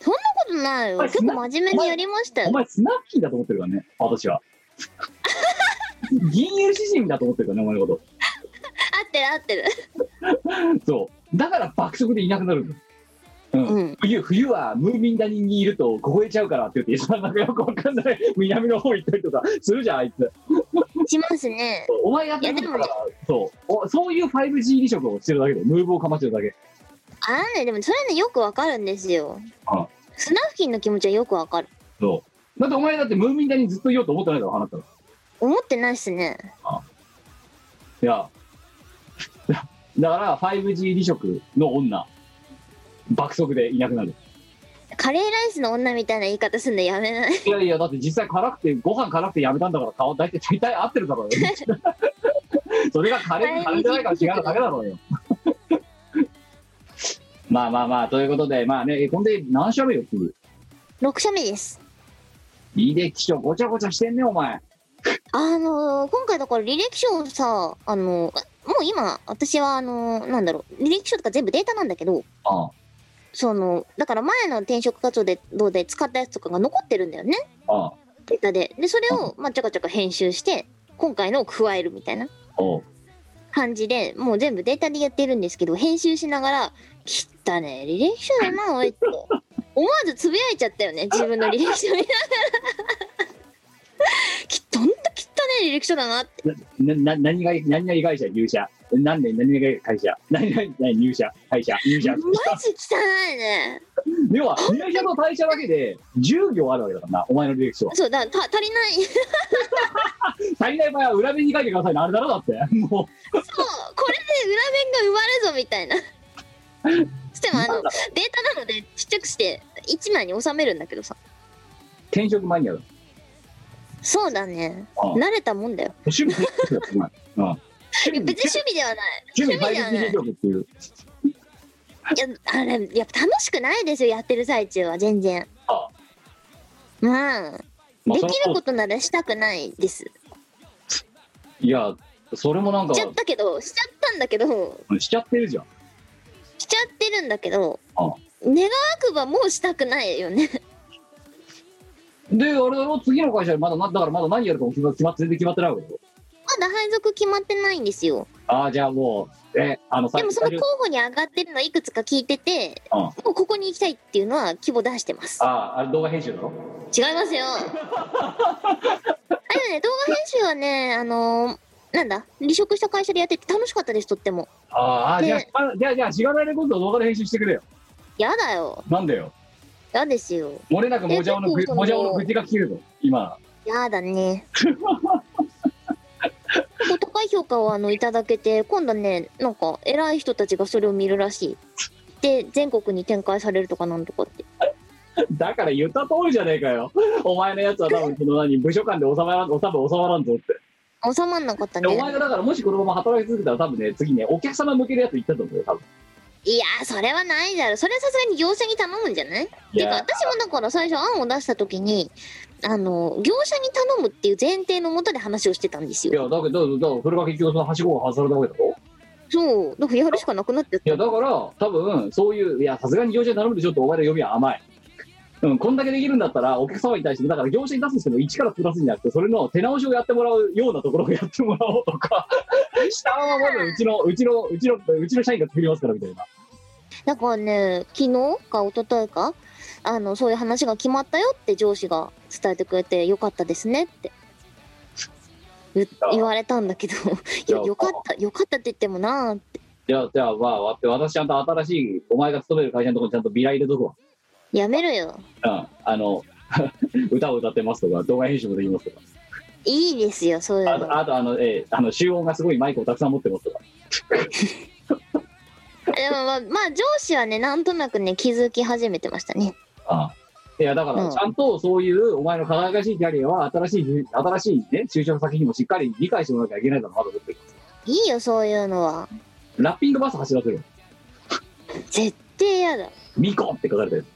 そんなことないよ結構真面目にやりましたよお前スナッキーだと思ってるからね 私は銀融詩人だと思ってるからねお前のこ合ってる合ってるとそうだから爆速でいなくなるのうん、うん冬冬はムーミン谷にいると凍えちゃうからって言ってそんなんかよくわかんない南の方行ったりとかするじゃんあいつしますねお前やってるからそうおそういう 5G 離職をしてるだけでムーブをかましてるだけあのねでもそれねよくわかるんですよあスナフキンの気持ちはよくわかるそうだってお前だってムーミン谷にずっといようと思ってないだろあなた思ってないっすねいや、だから 5G 離職の女、爆速でいなくなる。カレーライスの女みたいな言い方すんのやめない いやいや、だって実際辛くて、ご飯辛くてやめたんだから、顔大体大体合ってるだろうよ。 それがカレーにカレーじゃないから違うだけだろうよ。まあまあまあ、ということで、まあね、ほんで何社目よ、次。 6社目です履歴書ごちゃごちゃしてんね、お前。あのー今回だから履歴書をさあのーもう今私はあのーなんだろう履歴書とか全部データなんだけどああその、だから前の転職活動でどうで使ったやつとかが残ってるんだよね。ああデータで。で、それを、まあ、ちゃかちゃか編集して、今回のを加えるみたいなおう感じで、もう全部データでやってるんですけど、編集しながら、きったねえ履歴書だな、おいって。思わずつぶやいちゃったよね、自分の履歴書見ながら。きっと、ほんときったねえ履歴書だなって。なな何が何々会社入社何年何々会社何々入社会社入社マジ汚いね。要は入社と退社だけで10行あるわけだからなお前の履歴書はそう、だからた足りない。足りない場合は裏面に書いてくださいねあれだろだってもそうこれで裏面が埋まるぞみたいなつってもあのデータなのでちっちゃくして1枚に収めるんだけどさう転職マニアだそうだねああ慣れたもんだよ趣味転職だってお前うん趣味別に趣味ではない趣味趣味じゃない解決転職っていういやあれやっぱ楽しくないですよやってる最中は全然あうん、まあでそきのることならしたくないですいやそれもなんかしちゃったけどしちゃったんだけどしちゃってるじゃんしちゃってるんだけどあ願わくばもうしたくないよね であれだろ次の会社でまだなだからまだ何やるかも決ま決まって全然決まってないわけだろまだ配属決まってないんですよああじゃあもうえあのさでもその候補に上がってるのいくつか聞いてて、うんもうここに行きたいっていうのは希望出してます。あああれ動画編集だろ違いますよ。あでもね、動画編集はね、あのーなんだ、離職した会社でやってて楽しかったです、とっても。あーあーでじゃあじゃあじゃあしがないで今度動画で編集してくれよやだよ。なんだよやですよ。漏れなくもじゃおのぐえでもそのもじゃおの愚痴が聞けるぞ今やだ ね。こう高い評価をあのいただけて、今度ね、なんか偉い人たちがそれを見るらしい。で、全国に展開されるとかなんとかって。だから言った通りじゃねえかよお前のやつは多分その何部署間で収まらん多分収まらんぞって収まんなかったでね。お前がだからもしこのまま働き続けたら多分ね次ねお客様向けのやつ言ったと思うよ多分いやー、それはないだろ。それはさすがに業者に頼むんじゃないいてか、や私もだから最初案を出した時に、あの、業者に頼むっていう前提のもとで話をしてたんですいよ。やだけどだからそれが結局そのはしごが外されたわけだろそう。だからやるしかなくなっちゃっいた。やだから多分そういういやさすがに業者に頼むでしょってお前の読みは甘い、うん、こんだけできるんだったらお客様に対してだから業者に出すにしても一からプラスになってそれの手直しをやってもらうようなところをやってもらおうとか 下はまずうちのうちのうちのうちの社員が作りますからみたいなだからね、昨日か一昨日か、あの、そういう話が決まったよって上司が伝えてくれて、よかったですねって。言言われたんだけど、 いや、よかった、よかったって言ってもなーって。いやじゃあまあわって私ちゃんと新しいお前が勤める会社のところにちゃんとビラ入れとくわやめるよ。うんあの 歌を歌ってますとか動画編集もできますとかいいですよ、そういうあの。とあとあの、えーあの集音がすごいマイクをたくさん持ってますとかでもまあ、まあ、上司はね、なんとなくね、気づき始めてましたね。ああいやだかうらんちゃんとそういうお前の輝かしいキャリアは新しい新しいね就職先にもしっかり理解してもらわなきゃいけないんだなと思ってるいいよ、そういうのは。ラッピングバス走らせるよ絶対やだ。ミコンって書かれてる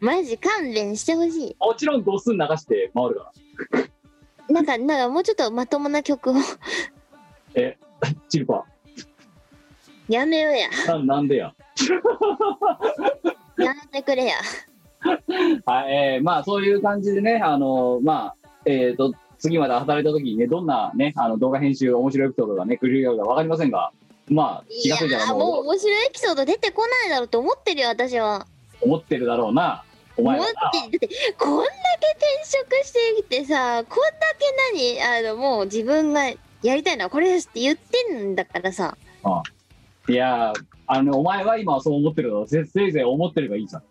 マジ勘弁してほしもちろんドスン流して回るからい。なんか、なんかもうちょっとまともな曲を チルパやめようや。ななんでややめてくれや。はいえーまあそういう感じでねあのまあえっ、と次まで働いた時にねどんなねあの動画編集面白いエピソードがね繰り広げるか分かりませんがまあい気がや付いたらー、ももうう面白いエピソード出てこないだろうと思ってるよ、私は。思ってるだろうなお思っ前てはなる。だって、こんだけ転職してきてさ、こんだけ何、あの、もう自分がやりたいのはこれですって言ってんだから さ。いやーあのねお前は今はそう思ってるのせせいぜい思ってればいいじゃん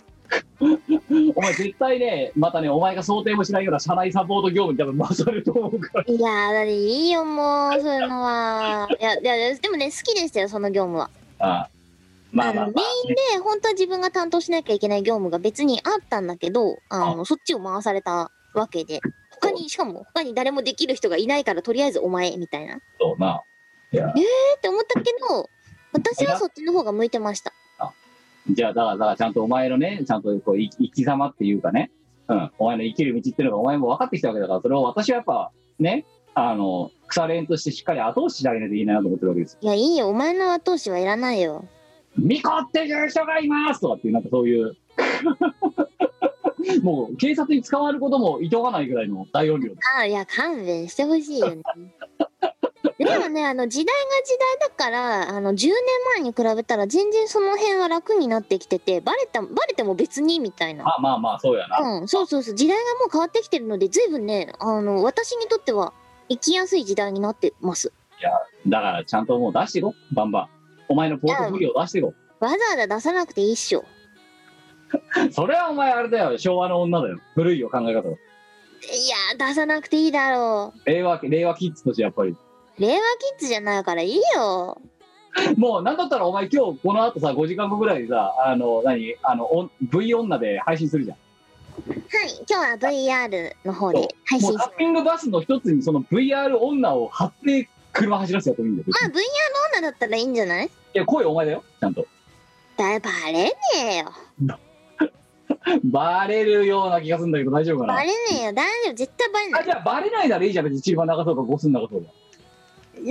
お前絶対ねまたねお前が想定もしないような社内サポート業務に多分回されると思うからいやー、だっていいよ、もう、そういうのは。いや、いや、でもね、好きでしたよ、その業務は。ああまあまああのまメあインで本当は自分が担当しなきゃいけない業務が別にあったんだけどあのそっちを回されたわけで他にしかも他に誰もできる人がいないからとりあえずお前みたいなえそうなーって思ったけど私はそっちの方が向いてましたじゃあだからだからちゃんとお前のねちゃんとこうい生き様っていうかね、うん、お前の生きる道っていうのがお前も分かってきたわけだからそれを私はやっぱねあの腐れ縁としてしっかり後押ししてあげないといけないなと思ってるわけですいやいいよお前の後押しはいらないよミコっていう人がいますとかっていう、なんかそういう、 もう警察に捕まることもいとわないぐらいの大音量ああいや勘弁してほしいよねでもねあの時代が時代だからあの10年前に比べたら全然その辺は楽になってきててバレたバレても別にみたいなまあまあまあ、そうやな。うんそうそうそう時代がもう変わってきてるので随分ねあの私にとっては生きやすい時代になってますだからちゃんともう出していこう、バンバン。お前のポートフォリオ出していこわざわざ出さなくていいっしょう。それはお前あれだよ、昭和の女だよ。古いよ、考え方が。いやー出さなくていいだろ令和、令和キッズとしてやっぱり。う令和キッズじゃないからいいよもうなんだったらお前今日この後さ、5時間後ぐらいにさ、あの、何、あの、お V 女で配信するじゃん。はい今日は VR の方で配も信うしタッピングバスの一つにその VR 女を張って車走らせたといいんだよ。まあ VR の女だったらいいんじゃないいや、声お前だよ、ちゃんと。だバレねえよバレるような気がするんだけど大丈夫かバなレねえよ大丈夫絶対バレなあ、いじゃあバレないならいいじゃん、別にチリバ流そうか、ゴス流そうか。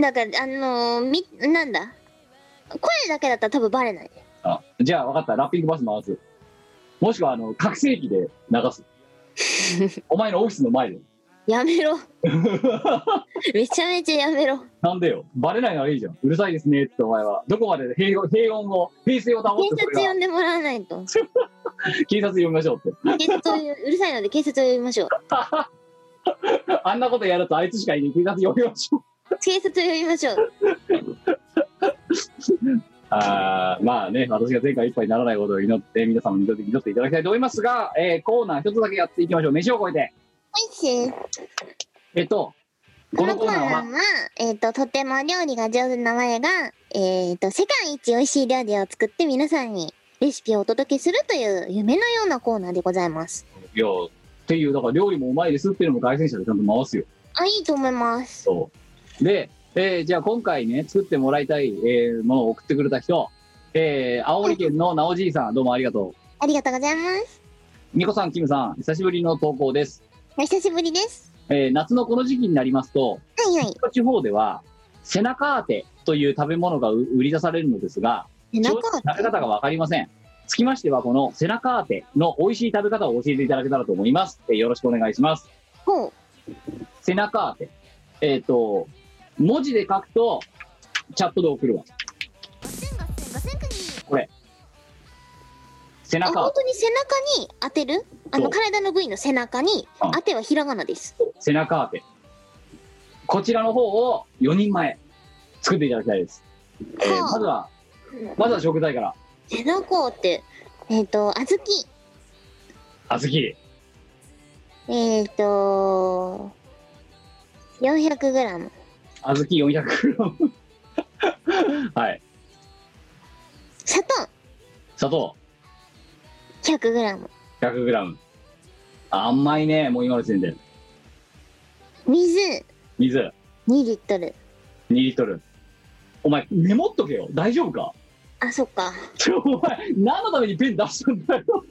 なんかあのー、みなんだ声だけだったら多分バレないあ、じゃあ分かった、ラッピングバス回す。もしくは、あの、覚醒器で流 す。お前のオフィスの前で。やめ ろめちゃめちゃやめろなんでよ、バレないならいいじゃん。うるさいですねってお前は。どこまで平穏平穏を、平成を保って警それ察呼がんでもらわない と警察呼びましょうって。 警察を呼ぶうるさいので警察を呼びましょうあんなことやるとあいつしかいない警察呼びましょう。警察を呼びましょうあーまあね、私が前回いっぱいにならないことを祈って、皆様に祈って祈っていただきたいと思いますが、えーコーナー一つだけやっていきましょう。飯を超えて。はいしえっと、ここののココーーナナーーはは、えっ、ととても料理が上手な我がえっ、と世界一美味しい料理を作って皆さんにレシピをお届けするという夢のようなコーナーでございますいや、っていう、だから料理もうまいですっていうのも外戦車でちゃんと回すよ。あいいと思いますそう。で、えーじゃあ今回ね、作ってもらいたい、えーものを送ってくれた人、えー青森県のなおじいさん、どうもありがとありがとうございますう。みこさん、きむさん、久しぶりの投稿です。お久しぶりですえー夏のこの時期になりますと、はいはい北地方では、背中当てという食べ物がう売り出されるのですが、背正中直食べ方がわかりません。つきましては、この背中当ての美味しい食べ方を教えていただけたらと思います。えーよろしくお願いします。ほう背中当て。えっ、と、文字で書くと、チャットで送るわ。背あ中本当て。当に背中に当てるあそのう体の部位の背中にうん当てはひらがなです背中当て。こちらの方を4人前作っていただきたいです。えーはあまずは、まずは食材から。背中ってえっ、と小あずき。豆えっ、と 400g あずき 400g。はい。 砂糖砂糖 100g 100g。甘いね、もう今の時点で。水水2リットル2リットル。お前、メモっとけよ。大丈夫かあそっかちょお前何のためにペン出したんだよ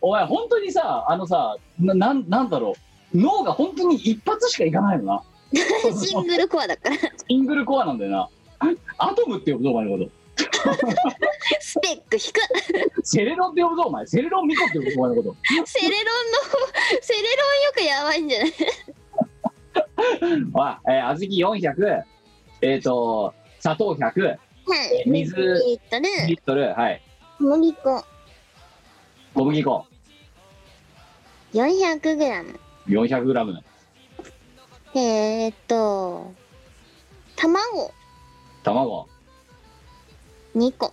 お前本当にさあのさななんなんだろう脳が本当に一発しかいかないのな シングルコアだからシングルコアなんだよなアトムって呼ぶぞお前のことスペック低くセレロンって呼ぶぞお前セレロンミコって呼ぶぞお前のこと セレロンのセレロンよくやばいんじゃないあえー、小豆400えっ、と砂糖100はい水2リットルリットルはい小麦粉小麦粉 400g 400g えー、っと卵卵2個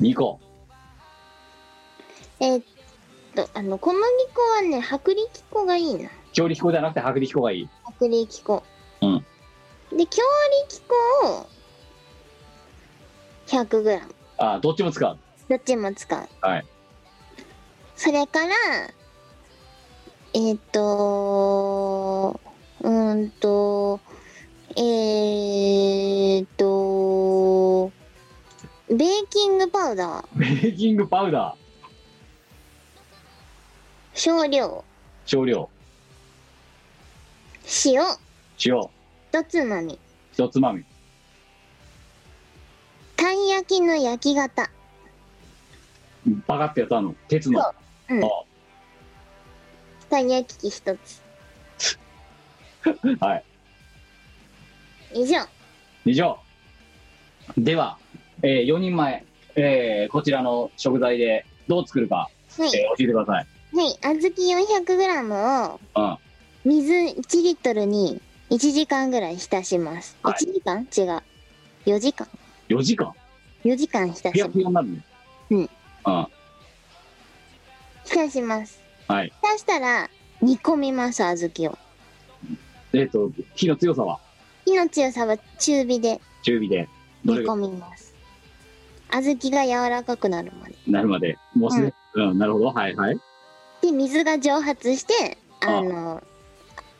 2個えーっとあの小麦粉はね薄力粉がいいな強力粉じゃなくて薄力粉がいい薄力粉うんで強力粉を 100g あどっちも使う どっちも使うはいそれからえーっとうーんとえーっとベーキングパウダーベーキングパウダー少量少量塩塩一つまみ一つまみたい焼きの焼き型バカってやつあの鉄のそタニヤ機器一つ。はい以上。以上では、え4人前、えーこちらの食材でどう作るか、はえーい。教えてください、はい。小豆 400g をうん、水1リットルに1時間ぐらい浸します。はい1時間違う。4時間。 4時間4時間浸ピしヤますピヤになるねうんうん。浸します。はい浸したら煮込みます、小豆を。えっ、と火の強さは火の強さは中火で中火でど煮れ込がみます。小豆が柔らかくなるまで。なるまでもうすでに、うんなるほどはいはいで、水が蒸発して、ああの、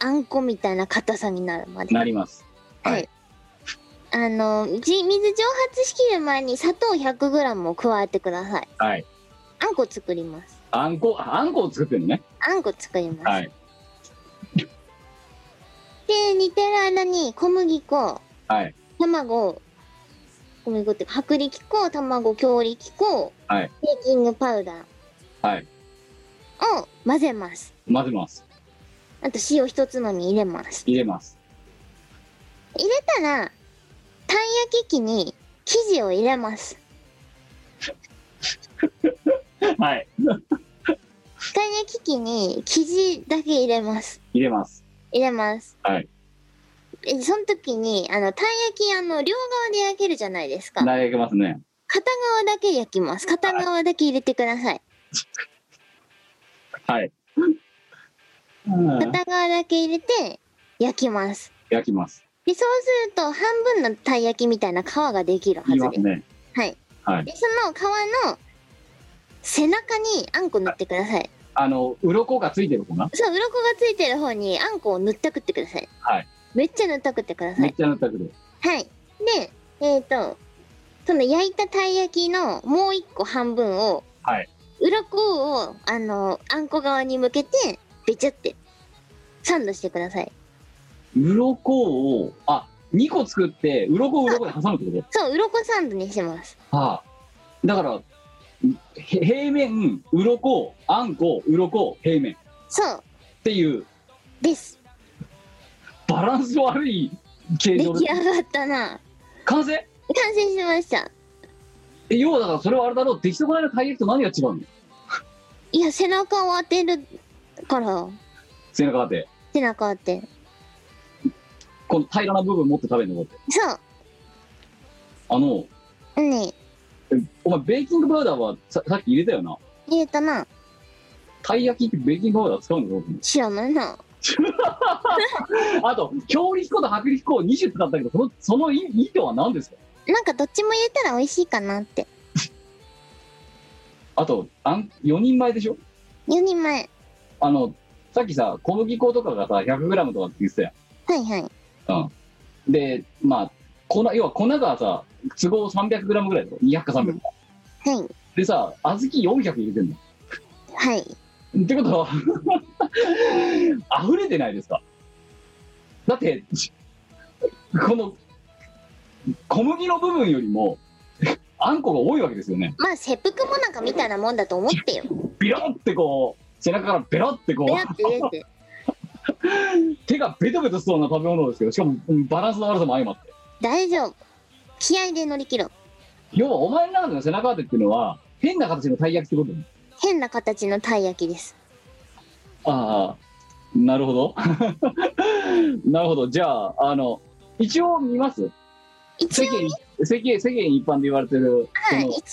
あんこみたいな硬さになるまで。なりますははいい。あの、じ水蒸発しきる前に砂糖 100g を加えてください。はいあんこ作ります。あんこああんこを作ってるのねあんこ作ります。はいで、煮てる間に小麦粉、はい卵、小麦粉っていうか薄力粉、卵、強力粉、はいベーキングパウダはいーを混ぜます。混ぜますあと塩一つまみ入れます。入れます入れたら、たん焼き器に生地を入れます。はいたん焼き器に生地だけ入れます。入れます入れます。はいえ。その時に、あの、たん焼き、あの、両側で焼けるじゃないですか。投げますね片側だけ焼きます。片側だけ入れてください。はいうん片側だけ入れて、焼きます。焼きますで、そうすると、半分のたい焼きみたいな皮ができるはずいでます。すねはい。はいで、その皮の背中にあんこ塗ってください。あの鱗がついてる子なそう、鱗がついてる方にあんこを塗ったくってください。はい。めっちゃ塗ったくってくださめっい。ちゃ塗ったけどはい。で、えっ、と、その焼いたたい焼きのもう一個半分を、はい。鱗を、あの、あんこ側に向けて、べちゃって、サンドしてください。鱗をあ2個作って鱗を鱗で挟むってこそう、鱗サンドにします。とはあだからへ平面鱗あんこ鱗平面っそう、ていうです。バランス悪い形出来状で上がったな。完成完成しました。え要はだからそれはあれだろう出来損ないの体液と何が違うのいや、背中を当てるから、背中って背中当て。この平らな部分持って食べるのこうやってそあのう、ね、えお前ベーキングパウダーはささっき入れたよな入れたな。たい焼きってベーキングパウダー使うのか知らないな。あと強力粉と薄力粉を20使ったけどそのその意意図は何ですかなんかどっちも入れたら美味しいかなって。あとあん4人前でしょ4人前。あのさっきさ小麦粉とかがさ 100g とかって言ってたやはいはい。んでまあ粉要は粉がさ都合 300g ぐらいだろ200か300、はい。でさ小豆400入れてんのはい。ってことは 溢れてないですかだってこの小麦の部分よりもあんこが多いわけですよねまあ、切腹もなんかみたいなもんだと思ってよ。ビロってこう背中からベロってこベラうって入れて。手がベトベトしそうな食べ物ですけどしかもうんバランスの悪さも相まって大丈夫。気合で乗り切ろう。要はお前の中での背中当てっていうのは変な形のたい焼きってことね変な形のたい焼きです。ああなるほど なるほどじゃああの一応見ます一世応、間世間世間一般で言われてるそはい、の一応ね、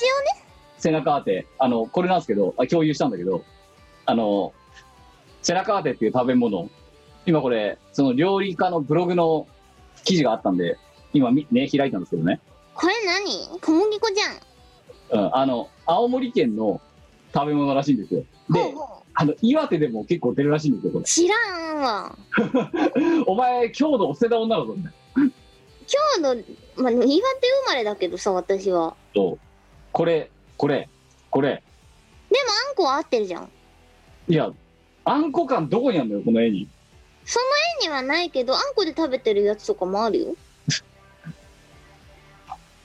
背中当てあのこれなんですけどあ共有したんだけどあの背中当てっていう食べ物今これその料理家のブログの記事があったんで今みね開いたんですけどね、これ何小麦粉じゃん。うん、あの青森県の食べ物らしいんですよほうでほあの岩手でも結構出るらしいんですよこう。知らんわ。れ お前郷土を捨てた女だぞみたいな今日の、まあ、岩手生まれだけどさ、私は。そうこれこれこれあんこは合ってるじゃん。いやあんこ感どこにあるのよこの絵に手にはないけど、あんこで食べてるやつとかもあるよ。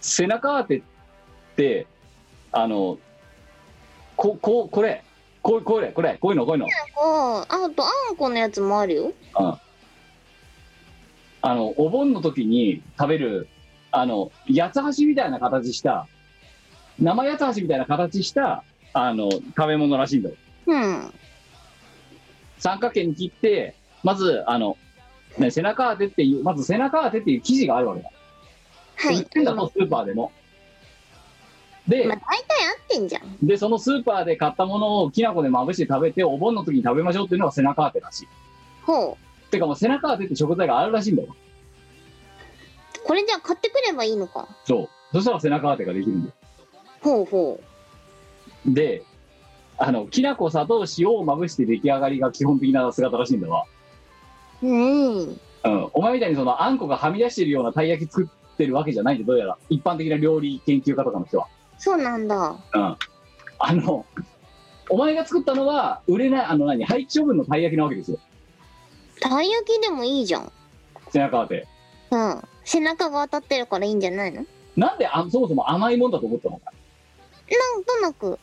背中当てってあのここうこれこうこれこれこういうのこういうのああとあんこのやつもあるよあのお盆の時に食べるあの八つ橋みたいな形した生八つ橋みたいな形したあの食べ物らしいんだようん三角形に切ってまずあの、ね、背中当てっていうまず背中当てっていう生地があるわけだ、は売いってんだもんスーパーでもでまあ大体合ってんじゃんでそのスーパーで買ったものをきな粉でまぶして食べてお盆の時に食べましょうっていうのが背中当てらしいほうてかもう背中当てって食材があるらしいんだよこれじゃあ買ってくればいいのかそうそしたら背中当てができるんだよほうほであのきな粉砂糖塩をまぶして出来上がりが基本的な姿らしいんだわ、ううんうん、お前みたいにそのあんこがはみ出してるようなたい焼き作ってるわけじゃないんでどうやら一般的な料理研究家とかの人はそうなんだあのお前が作ったのは売れないあの何廃棄処分のたい焼きなわけですよたい焼きでもいいじゃん背中当てうん背中が当たってるからいいんじゃないのなんであそもそも甘いもんだと思ったのかなんとなく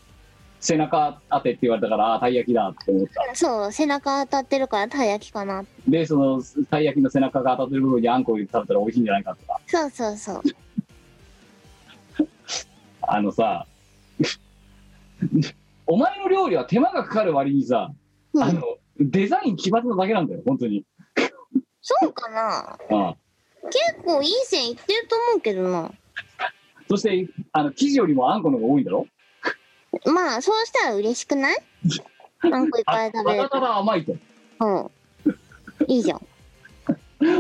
背中当てって言われたからあたい焼きだって思ったそう背中当たってるからたい焼きかなでそのたい焼きの背中が当たってる部分にあんこを入れて食べたら美味しいんじゃないかとかそうそうそうあのさ お前の料理は手間がかかる割にさ、うんあのデザイン決まっただけなんだよ本当にそうかなああ結構いい線いってると思うけどなそしてあの生地よりもあんこの方が多いんだろまあそうしたら嬉しく ない何個いっぱい食べたるだたかだ甘いとらうんいいじゃん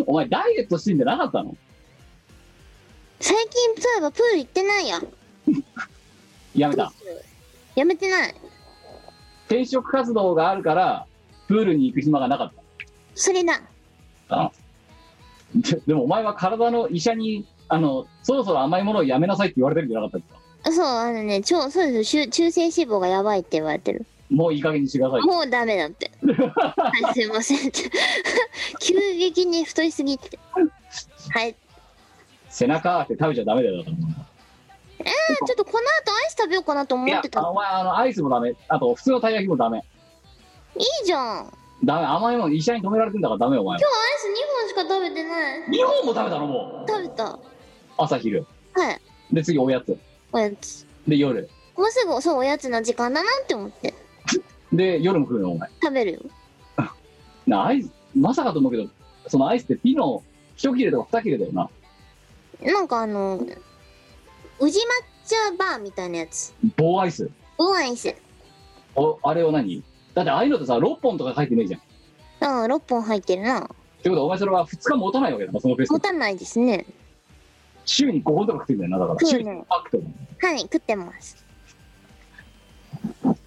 お前ダイエットしてんじゃなかったの最近そういえばプール行ってないややめたやめてない転職活動があるからプールに行く暇がなかっそれだたあででもお前は体の医者にあのそろそろ甘いものをやめなさいって言われてるんじゃなかったのそうあのね超そうですしゅ中性脂肪がやばいって言われてるもういい加減にしてくださいもうダメだってはいすいません 急激に太りすぎってはい背中って食べちゃダメだよだからあちょっとこの後アイス食べようかなと思いやってたお前あのアイスもダメあと普通のたい焼きもダメいいじゃん今ダメ甘いもん医者に止められてんだからダメお前日アイス2本しか食べてない日本も食べたのもう食べたは朝昼いで次おやつおやつで夜もうすぐそうおやつの時間だなって思ってで夜も食うのお前食べるよなアイスまさかと思うけどそのアイスってピの一切れとか二切れだよななんかあの宇治抹茶バーみたいなやつ棒アイスごアイスおあれを何だってああいうのってさ6本とか入ってねえじゃんっうん6本入ってるなてことはお前それは2日持たないわけだなそのフェ持スたないですね週に5本とか食ってんだよなだからそ週うねに1パックとかはい食ってます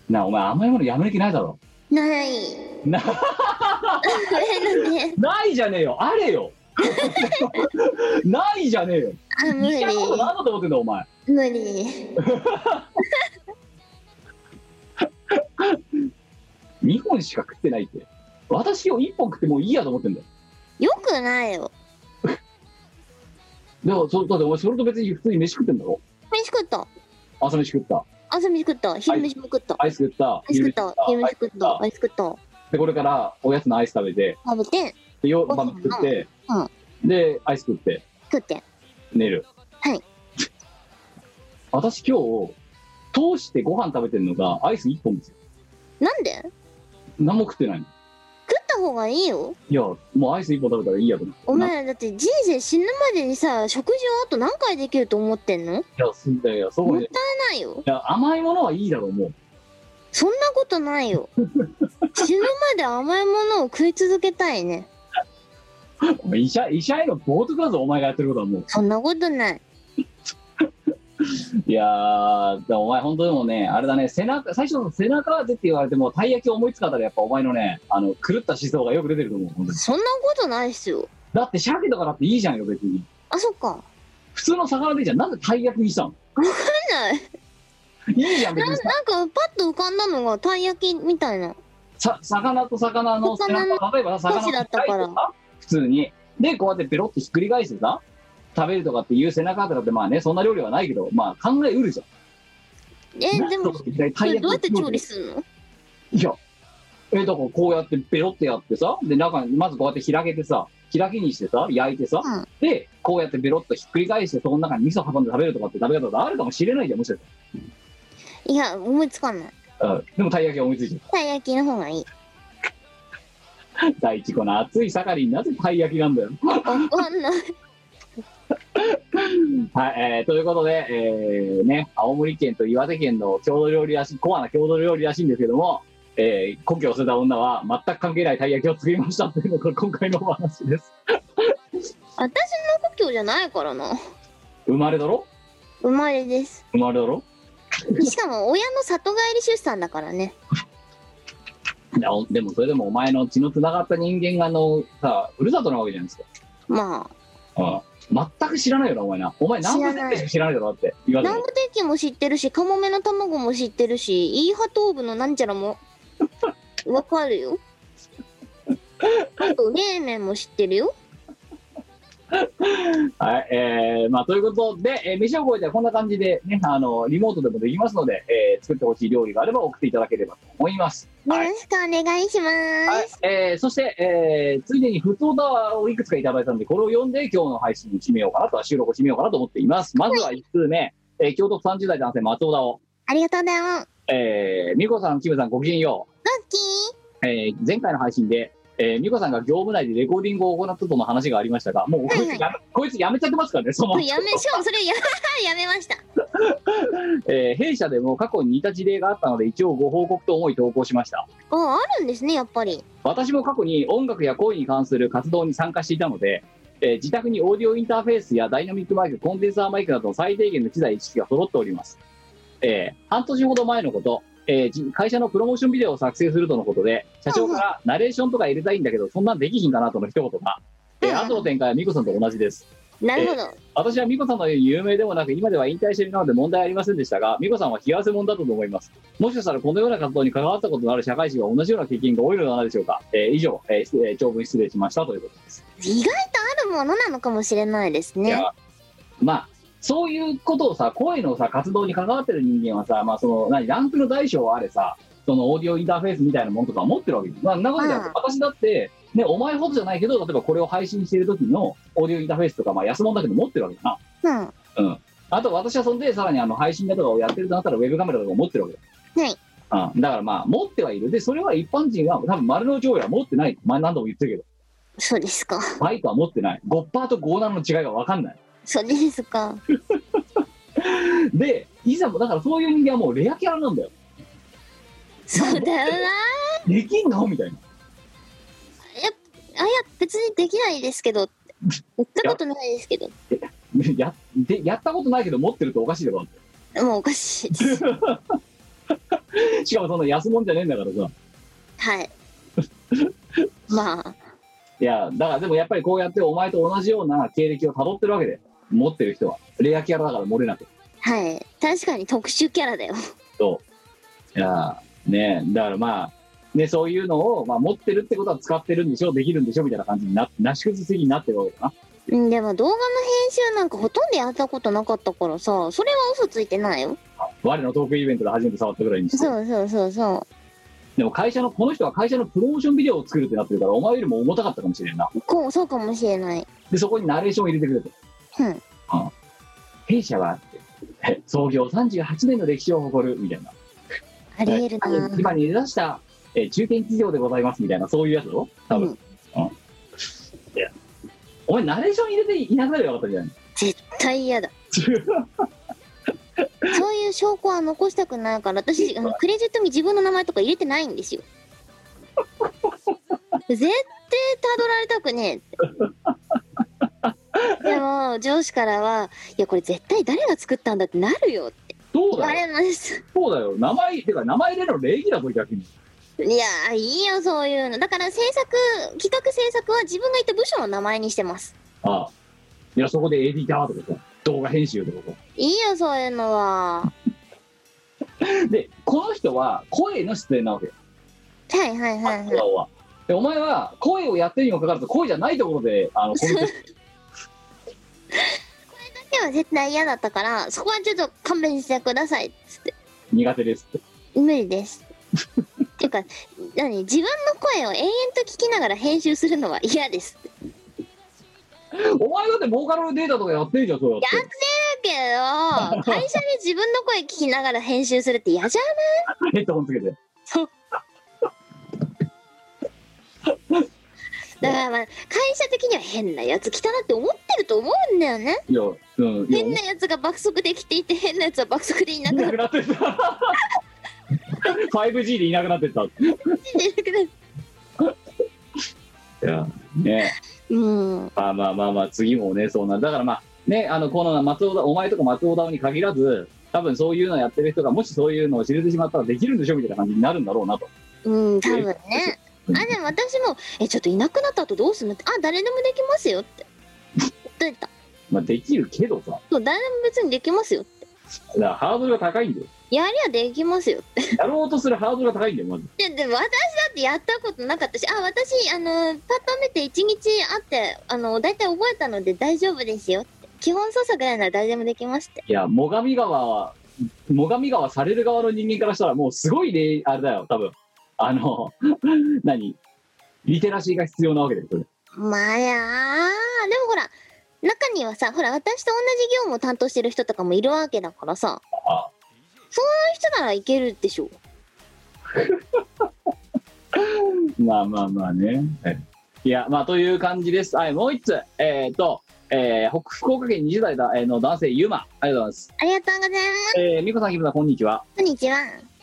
なあお前甘いものやめる気ないだろないなえなんでないじゃねえよあれよないじゃねえよあ無いやこと理何だと思ってんだお前無理2本しか食ってないって私を1本食ってもういいやと思ってんだよよくないよでもそだってお前それと別に普通に飯食ってんだろ飯食った朝飯食った朝飯食った昼飯も食ったアイス食ったアイス食った昼飯食っアイスたアイス食ったでこれからおやつのアイス食べて食べてでよ晩飯食って、でアイス食って食って寝るはい 私今日通してご飯食べてるのがアイス1本ですよなんで食っ何も食ってないのた方がいいよいやもうアイス1本食べたらいいやと思ってお前だって人生死ぬまでにさ食事をあと何回できると思ってんのいやすんだよそうもねっいたいないよや甘いものはいいだろうもうそんなことない よ死ぬまで甘いものを食い続けたいねお前医者医者への冒涜だぞお前がやってることはもうそんなことないいやー、だからお前、本当でもね、あれだね、背中、最初の背中当てって言われても、たい焼き思いつかったら、やっぱお前のね、あの、狂った思想がよく出てると思う、本当に。そんなことないっすよだって、鮭とかだっていいじゃんよ、別に。あそっかわ普通の魚でいいじゃん。なんでたい焼きにしたのかんないいいじゃん、別にさ。なんかパッと浮かんだのがたい焼きみたいなさ魚と魚の背魚中、例えばさ、魚少しだったからの背中普通に。で、こうやってペロッとひっくり返してさ、食べるとかっていう背中当てだって、まあね、そんな料理はないけど、まあ、考えうるじゃん。えでも納豆一回そ大れ役どうやって調理するのいや、え、だからこうやってペロってやってさ、で、中に、まずこうやって開けてさ、開きにしてさ、焼いてさ、うんで、こうやってベロッとひっくり返して、その中に味噌挟んで食べるとかって食べ方があるかもしれないじゃん、もしかしいや思いつかないたら。うん。でも、たい焼きは思いついちゃたい焼きの方がいいった。 第一、この暑い盛りになぜたい焼きなんだよ。わかんないはい、えーということで、えーね、青森県と岩手県の郷土料理らしい、コアな郷土料理らしいんですけども、えー故郷を捨てた女は全く関係ないたい焼きを作りましたというのが今回のお話です。私の故郷じゃないからな生まれだろ生まれです生まれだろしかも親の里帰り出産だからねいやおでもそれでもお前の血のつながった人間があのさふるさとなわけじゃないですまか、うん、全く知らないよなお前なお前南知部設らない定しか知らないだろだって言あわれ南部鉄器も知ってるしカモメの卵も知ってるしイーハトーブのなんちゃら もわかるよあと冷麺も知ってるよはいえーまあということで、えー飯を超えてこんな感じでねあのリモートでもできますので、えー作ってほしい料理があれば送っていただければと思いますよはろい、しくお願いします、はいえーそして、えーついでに普通だをいくつかいただいたのでこれを読んで今日の配信に締めようかなと収録を締めようかなと思っていますまずは1通目、えー京都府30代男性松尾田を、ありがとうだよえー、美子さんキムさんごきげんようガッキえー前回の配信で、えー、美子さんが業務内でレコーディングを行ったとの話がありましたが、もうこいつや,、はいこいつやめちゃってますからね、そのー、やめしかもそれや やめましたえー弊社でも過去に似た事例があったので、一応ご報告と思い投稿しました。ああるんですねやっぱり私も過去に音楽や声に関する活動に参加していたので、えー自宅にオーディオインターフェースやダイナミックマイク、コンデンサーマイクなどの最低限の機材、意識が揃っております。えー半年ほど前のこと、えーじ会社のプロモーションビデオを作成するとのことで、社長からナレーションとか入れたいんだけど、そんなんできひんかなとの一言が、えうんー、後の展開は美子さんと同じです。なるほど、私は美子さんのように有名でもなく、今では引退しているので問題ありませんでしたが、美子さんは幸せ者だと思います。もしかしたらこのような活動に関わったことのある社会人は同じような経験が多いのではないでしょうか。えー以上、えー失礼長文失礼しましたということです。意外とあるものなのかもしれないですいねやまあ、そういうことをさ、声のさ、活動に関わってる人間はさ、まあ、その、何、ランクの大小はあれさ、そのオーディオインターフェースみたいなものとか持ってるわけです。まあ、そんなことやってうん私だって、ね、お前ほどじゃないけど、例えばこれを配信している時のオーディオインターフェースとか、まあ、安物だけど持ってるわけだな。うんはあと私はそんでさらにあの配信だとかをやってるとなったらウェブカメラとか持ってるわけいだ,、うん、だからまあ持ってはいるでそれは一般人は多分丸の上位は持ってない前何度も言ってるそうですかけどマイクは持ってないゴッパーとゴーナーの違いが分かんないそうですかでいざもだからそういう人間はもうレアキャラなんだよそうだよなできんのみたいなあいや別にできないですけ どやったことないですけどで やでやったことないけど持ってるとおかしいだろだもうおかしいですってしかもそんな安物じゃねえんだからさはいまあいやだからでもやっぱりこうやってお前と同じような経歴をたどってるわけで持ってる人はレアキャラだから漏れなくはい確かに特殊キャラだよいやーねだからまあ、ね、そういうのを、まあ、持ってるってことは使ってるんでしょできるんでしょみたいな感じにななし崩しになってるわけだなうんでも動画の編集なんかほとんどやったことなかったからさそれは嘘ついてないよ我のトークイベントで初めて触ったぐらいにしてそうそうそうそでも会社のこの人は会社のプロモーションビデオを作るってなってるからお前よりも重たかったかもしれんなうこうそうかもしれないでそこにナレーションを入れてくれてうん弊社はって創業38年の歴史を誇るみたいなありえるなえー今に出だした、えー中堅企業でございますみたいなそういうやつだろ多分、ううんいやお前ナレーション入れていなくなればよかったじゃん絶対嫌 だそういう証拠は残したくないから私あのクレジットに自分の名前とか入れてないんです よ絶対たどられたくねえってでも上司からは「いやこれ絶対誰が作ったんだ」ってなるよってどう言だわよれますそうだよ、名前、てか名前入れるの礼儀だぞ、逆に。いやいいよそういうのだから制作企画制作は自分がいた部署の名前にしてますああ。いや、そこで AD タワーとかさ、動画編集とかいいよそういうのはさ。で、この人は声の出演なわけよ、はいはいはいはい顔は。で、お前は声をやってるにもかかわらず、声じゃないところで、 あの、コメントでは絶対嫌だったからそこはちょっと勘弁してくださいっつって苦手ですって。無理 です。っていうか、何自分の声を永遠と聞きながら編集するのは嫌です。お前だってボーカロデータとかやってるじゃん、そうやっやってるけど、会社に自分の声聞きながら編集するって嫌じゃんて。ヘッドホンつけて。だからまあ、会社的には変なやつ来たなって思ってると思うんだよね。いや、うん、いや変なやつが爆速で来ていて、変なやつは爆速でいなくいななっくなって た。5G でいなくなってった。いてる。や、ね、うん。まあまあまあまあ、次もね、そうなんだからまあ、ね、あの、この松尾だ、お前とか松尾だに限らず、多分そういうのやってる人が、もしそういうのを知れてしまったらできるんでしょみたいな感じになるんだろうなと。うん、多分ね。あ、でも私も、え、ちょっといなくなった後どうすんのって、あ、誰でもできますよって。どうやったまあ、できるけどさ、だかそう、誰でも別にできますよって。らハードルが高いんだよ。やりゃできますよって。やろうとするハードルが高いんだよ、まず。で、でも私だってやったことなかったし、あ、私、あの、パッと見て1日あって、あの、大体覚えたので大丈夫ですよって。基本操作ぐらいなら誰でもできますって。いや、最上川は、最上川される側の人間からしたら、もうすごいね、あれだよ、多分あの、 何リテラシーが必要なわけだよ、それ。まあやー、でもほら、中にはさ、ほら、私と同じ業務を担当してる人とかもいるわけだからさ、あそういう人ならいけるでしょ。まあまあまあね。はい、いや、まあという感じです。はい、もう一つ。えっ、と、えー、北福岡県20代だ、えーの男性、ゆま。ありがとうございます。ありがとうございます。えー、みこさん、きむさん、こんにちは。こんにちは。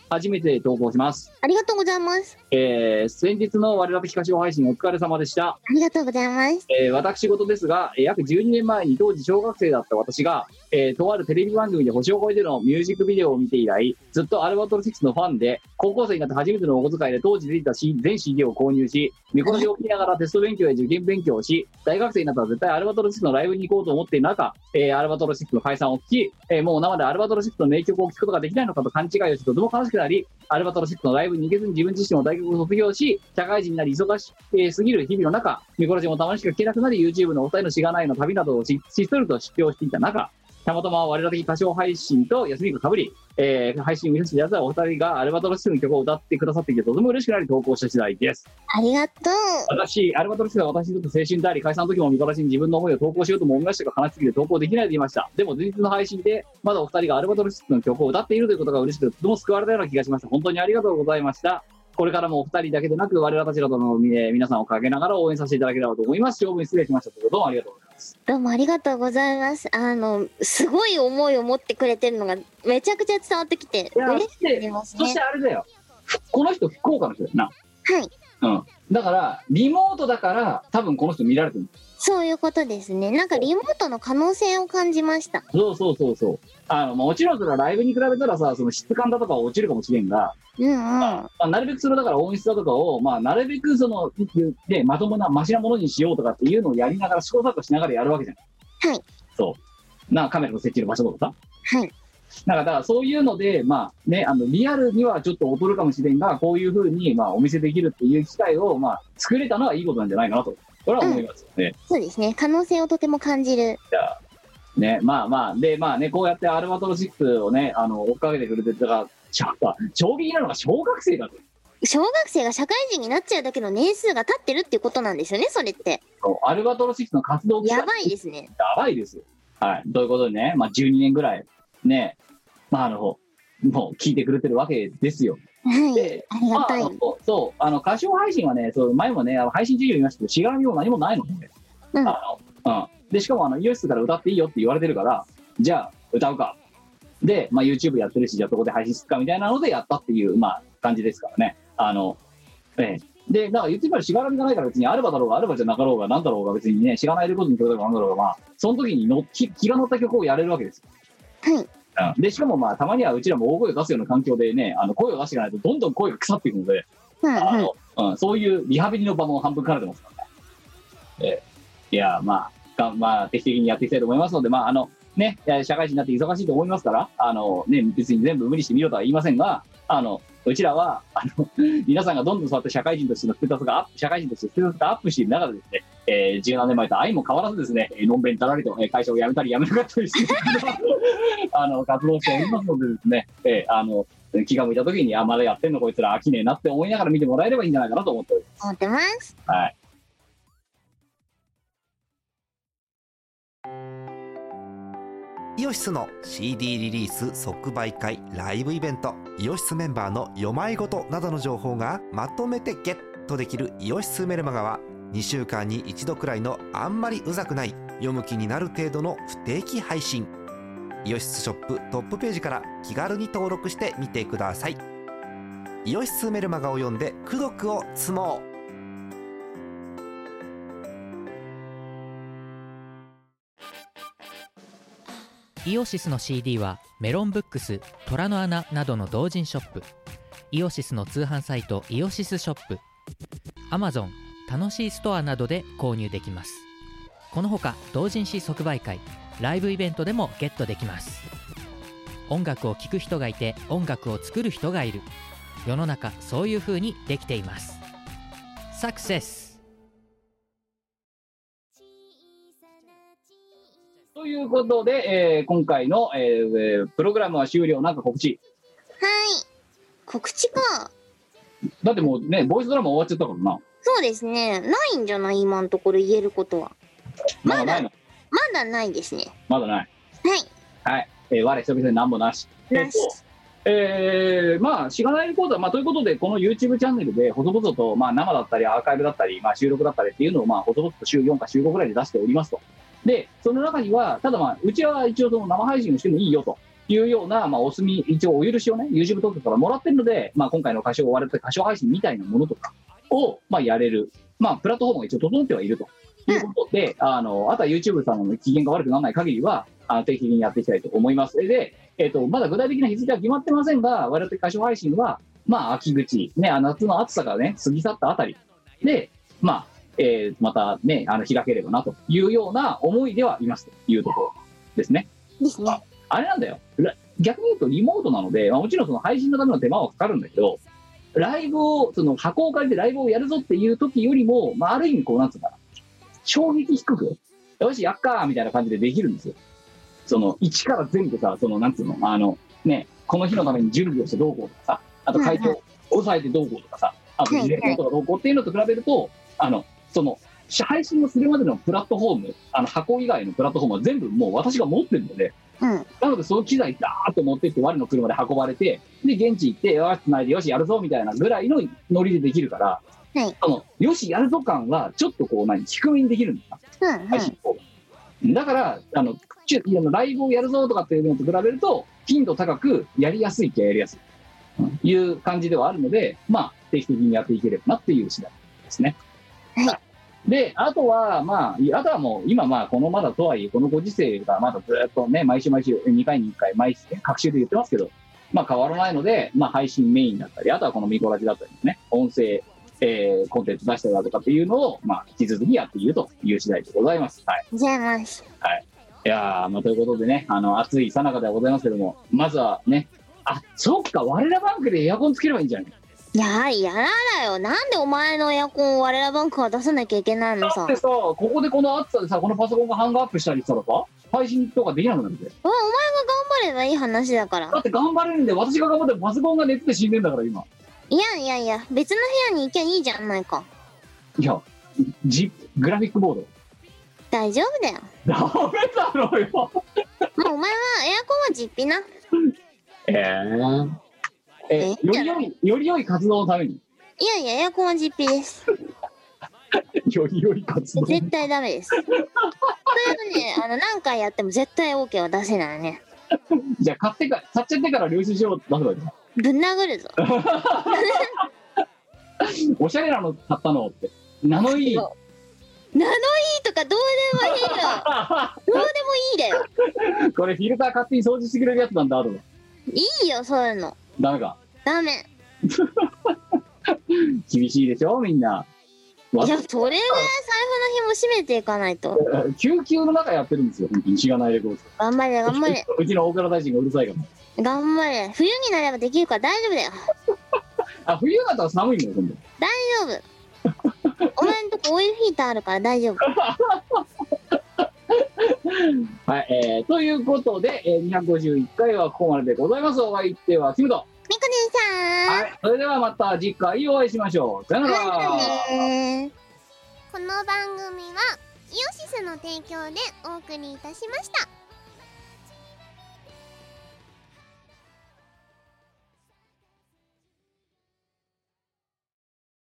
初めて投稿します。ありがとうございます。えー、先日の我らと東配信お疲れ様でした。ありがとうございます。えー私事ですが、えー約12年前に当時小学生だった私が、えーとあるテレビ番組で星を越えてのミュージックビデオを見て以来、ずっとアルバトロ6のファンで、高校生になって初めてのお小遣いで当時出ていた C 全 CD を購入し、見こしを聞きながらテスト勉強や受験勉強をし、大学生になったら絶対アルバトロ6のライブに行こうと思っている中、えーアルバトロ6の解散を聞き、えーもう生でアルバトロ6の名曲を聴くことができないのかと勘違いをしてとても悲しくなり、アルバトロシックのライブに行けずに自分自身も大学を卒業し、社会人になり忙しすぎる日々の中、ミコラジもたまにしか聞けなくなり、YouTube のお二人のしがないの旅などをししっそりと出表していた中、たまたま我々的歌唱配信と休みがかぶり、えー配信を許していただいたお二人がアルバトロシックの曲を歌ってくださっていて、とても嬉しくなり投稿した次第です。ありがとう。私、アルバトロシックは私にとって青春であり、解散の時もミコラジに自分の思いを投稿しようとも思いましたが、悲しすぎて投稿できないでいました。でも前日の配信で、まだお二人がアルバトロシックの曲を歌っているということが嬉しくて、とても救われたような気がしました。本当にありがとうございました。これからもお二人だけでなく、我らたちなどの、えー皆さんをかけながら応援させていただければと思います。長文失礼しました。ということどうもありがとどうもありがとううございます。ございます。あの、すごい思いを持ってくれてるのがめちゃくちゃ伝わってきて、いや嬉しくなりますそしねて。あれだよ。この人、福岡の人だよな。はい。うん。だから、リモートだから、多分この人見られてる。そういうことですね。なんかリモートの可能性を感じました。そうそうそうそう。あの、まあ、もちろんそれはライブに比べたらさ、その質感だとかは落ちるかもしれんが、うんうん。まあ、なるべくそれだから音質だとかを、まあ、なるべくその、ね、まともな、ましなものにしようとかっていうのをやりながら、試行錯誤しながらやるわけじゃん。はい。そう。な、カメラの設置の場所とかさ。はい。なんか、だからそういうので、まあね、あの、リアルにはちょっと劣るかもしれんが、こういうふうに、まあ、お見せできるっていう機会を、まあ、作れたのはいいことなんじゃないかなと、これは思いますよね。そうですね。可能性をとても感じる。じゃあね、まあまあ、で、まあね、こうやってアルバトロ6をね、あの、追っかけてくれてたから、ちょっと、衝撃なのが小学生だと。小学生が社会人になっちゃうだけの年数が経ってるっていうことなんですよね、それって。そうアルバトロ6の活動期間やばいですね。やばいですよ。はい。ということでね、まあ、12年ぐらい、ね、まあ、あの、もう聞いてくれてるわけですよ。はいで。ありまがあ、たあい。のそう、あの、歌唱配信はね、そう前もね、あの配信授業言いましたけど、しがらみも何もないので、うんあの、うん。で、しかも、あの、イオシスから歌っていいよって言われてるから、じゃあ、歌うか。で、まあ、YouTube やってるし、じゃあ、そこで配信するかみたいなのでやったっていう、まあ、感じですからね。あの、ええ。で、だから言ってみればしがらみがないから別にあればだろうがあればじゃなかろうがなんだろうが別にね、知らないレコードにとればなんだろうがまあ、その時にの気気が乗った曲をやれるわけですよ。はい。うんで、しかもまあ、たまにはうちらも大声を出すような環境でね、あの声を出していかないとどんどん声が腐っていくので、うんあうん。の、うん、そういうリハビリの場も半分兼ねてますからね。ええいや、まあ、がまあ、定期的にやっていきたいと思いますので、まあ、あの、ね、いや社会人になって忙しいと思いますから、あの、ね、別に全部無理してみろとは言いませんが、あの、うちら は、あの、皆さんがどんどんそうやって社会人としてのステータスがアップ、社会人としてステータスがアップしている中でですね、えー17年前と愛も変わらずですね、えーのんべんたらりと、えー会社を辞めたり辞めなかったりして あの活動しておりますのでですね、えーあの気が向いた時にあまだやってんのこいつら飽きねえなって思いながら見てもらえればいいんじゃないかなと思っております。思ってます。はい、イオシスの CD リリース即売会ライブイベントイオシスメンバーの読まいごとなどの情報がまとめてゲットできる「イオシスメルマガ」は2週間に1度くらいのあんまりうざくない読む気になる程度の不定期配信イオシスショップトップページから気軽に登録してみてくださいイオシスメルマガを読んで「功徳を積もう」イオシスの CD はメロンブックス、虎の穴などの同人ショップイオシスの通販サイトイオシスショップ Amazon 楽しいストアなどで購入できますこのほか同人誌即売会ライブイベントでもゲットできます音楽を聴く人がいて音楽を作る人がいる世の中そういう風にできていますサクセスということで、えー今回の、えーえープログラムは終了なんか告知はい。告知か。だってもうねボイスドラマ終わっちゃったからなそうですね。ないんじゃない今のところ言えることは。まだないのまだないですね。まだない、はい。えー我久々に何もなしなし。えーまあ、しがないレコードは、まあ、ということで、この YouTube チャンネルで、細々と、まあ、生だったり、アーカイブだったり、まあ、収録だったりっていうのを、まあ、細々と週4か週5ぐらいで出しておりますと。で、その中には、ただまあ、うちは一応その生配信をしてもいいよというような、まあ、お墨、一応お許しをね、YouTube 東京からもらってるので、まあ、今回の歌唱終われた歌唱配信みたいなものとかを、まあ、やれる。まあ、プラットフォームが一応整ってはいると。いうことで、あの、あとは YouTube さんの機嫌が悪くならない限りは、あの定期的にやっていきたいと思います。で、えっとまだ具体的な日付は決まってませんが、我々歌唱配信は、まあ、秋口、ね、あ夏の暑さが、ね、過ぎ去ったあたりで、まあえーまた、ね、あの開ければなというような思いではいますというところですね。ですね。あれなんだよ、ら逆に言うとリモートなので、まあ、もちろんその配信のための手間はかかるんだけど、ライブを、その箱を借りてライブをやるぞっていう時よりも、まあ、ある意味、こうなんつうんだ、衝撃低く、よし、やっかーみたいな感じでできるんですよ。その、一から全部さ、その、なんつうの、あの、ね、この日のために準備をしてどうこうとかさ、あと会長はいを抑えてどうこうとかさ、あとはいはい事例とかどうこうっていうのと比べると、あの、その、配信をするまでのプラットフォーム、あの箱以外のプラットフォームは全部もう私が持ってるので、うん。なので、その機材、ダーッと持ってって、我の車で運ばれて、で、現地行って、よし、つないで、よし、やるぞ、みたいなぐらいのノリでできるから、はいその、よし、やるぞ感は、ちょっとこう、何、低めにできるんだな、うん。は配信い。方法だから、あの、ちゅあのライブをやるぞとかっていうのと比べると、頻度高く、やりやすいっちゃやりやすい、うんいう感じではあるので、まあ、定期的にやっていければなっていう次第ですね。はいで、あとは、まあ、あとはもう、今、まあ、このまだとはいえ、このご時世がまだずっとね、毎週毎週、2回に1回、毎週、各週で言ってますけど、まあ、変わらないので、まあ、配信メインだったり、あとはこのミコラジだったりね、音声、えーコンテンツ出したりだとかっていうのを、まあ、引き続きやっているという次第でございます。はい。じゃあます。いやー、まあ、ということでね、あの、暑いさなかではございますけども、まずはね、あ、そっか、我らバンクでエアコンつければいいんじゃないいやいやらだよ。なんでお前のエアコンを我らバンクは出さなきゃいけないのださ。っうんてさ、ここでこの暑さでさ、このパソコンがハングアップしたりしたらさ、配信とかできなくなるんで。お前が頑張ればいい話だからだ。って頑張れるんで、私が頑張ってもパソコンが熱で死んでんだから、今。いやいやいや、別の部屋に行きゃいいじゃないか。いや、ジグラフィックボード。大丈夫だよ。ダメだろうよ。もうお前はエアコンは実費な。えー、え、より良い、より良い活動のために。 いやいや、エアコンは実費です。より良い活動。絶対ダメ です。それはね、あの、何回やっても絶対 OK は出せないね。じゃあ、買ってか、買っちゃってから領収書を出せばいいじゃんぶん殴るぞ。おしゃれなの買ったのって。名のいい。ナノイーとかどうでもいいよ。どうでもいいだよ。 これフィルター勝手に掃除してくれるやつなんだと思ういいよ、そういうの。ダメかダメ。厳しいでしょみんないや、 私それぐらい財布の紐締めていかないと。救急の中やってるんですよ本当にしがないレコー頑張れ、頑張れ。ドうちの大蔵大臣がうるさいから頑張れ。冬になればできるから大丈夫だよ。あ冬だったら寒いんだよ今度大丈夫。お前んとこオイルヒーターあるから大丈夫。はい、えーということで、えー251回はここまででございます。お相手はキムト。みこねはい、それではまた次回お会いしましょう。さよなえさん。ら。ねこの番組はイオシスの提供でお送りいたしました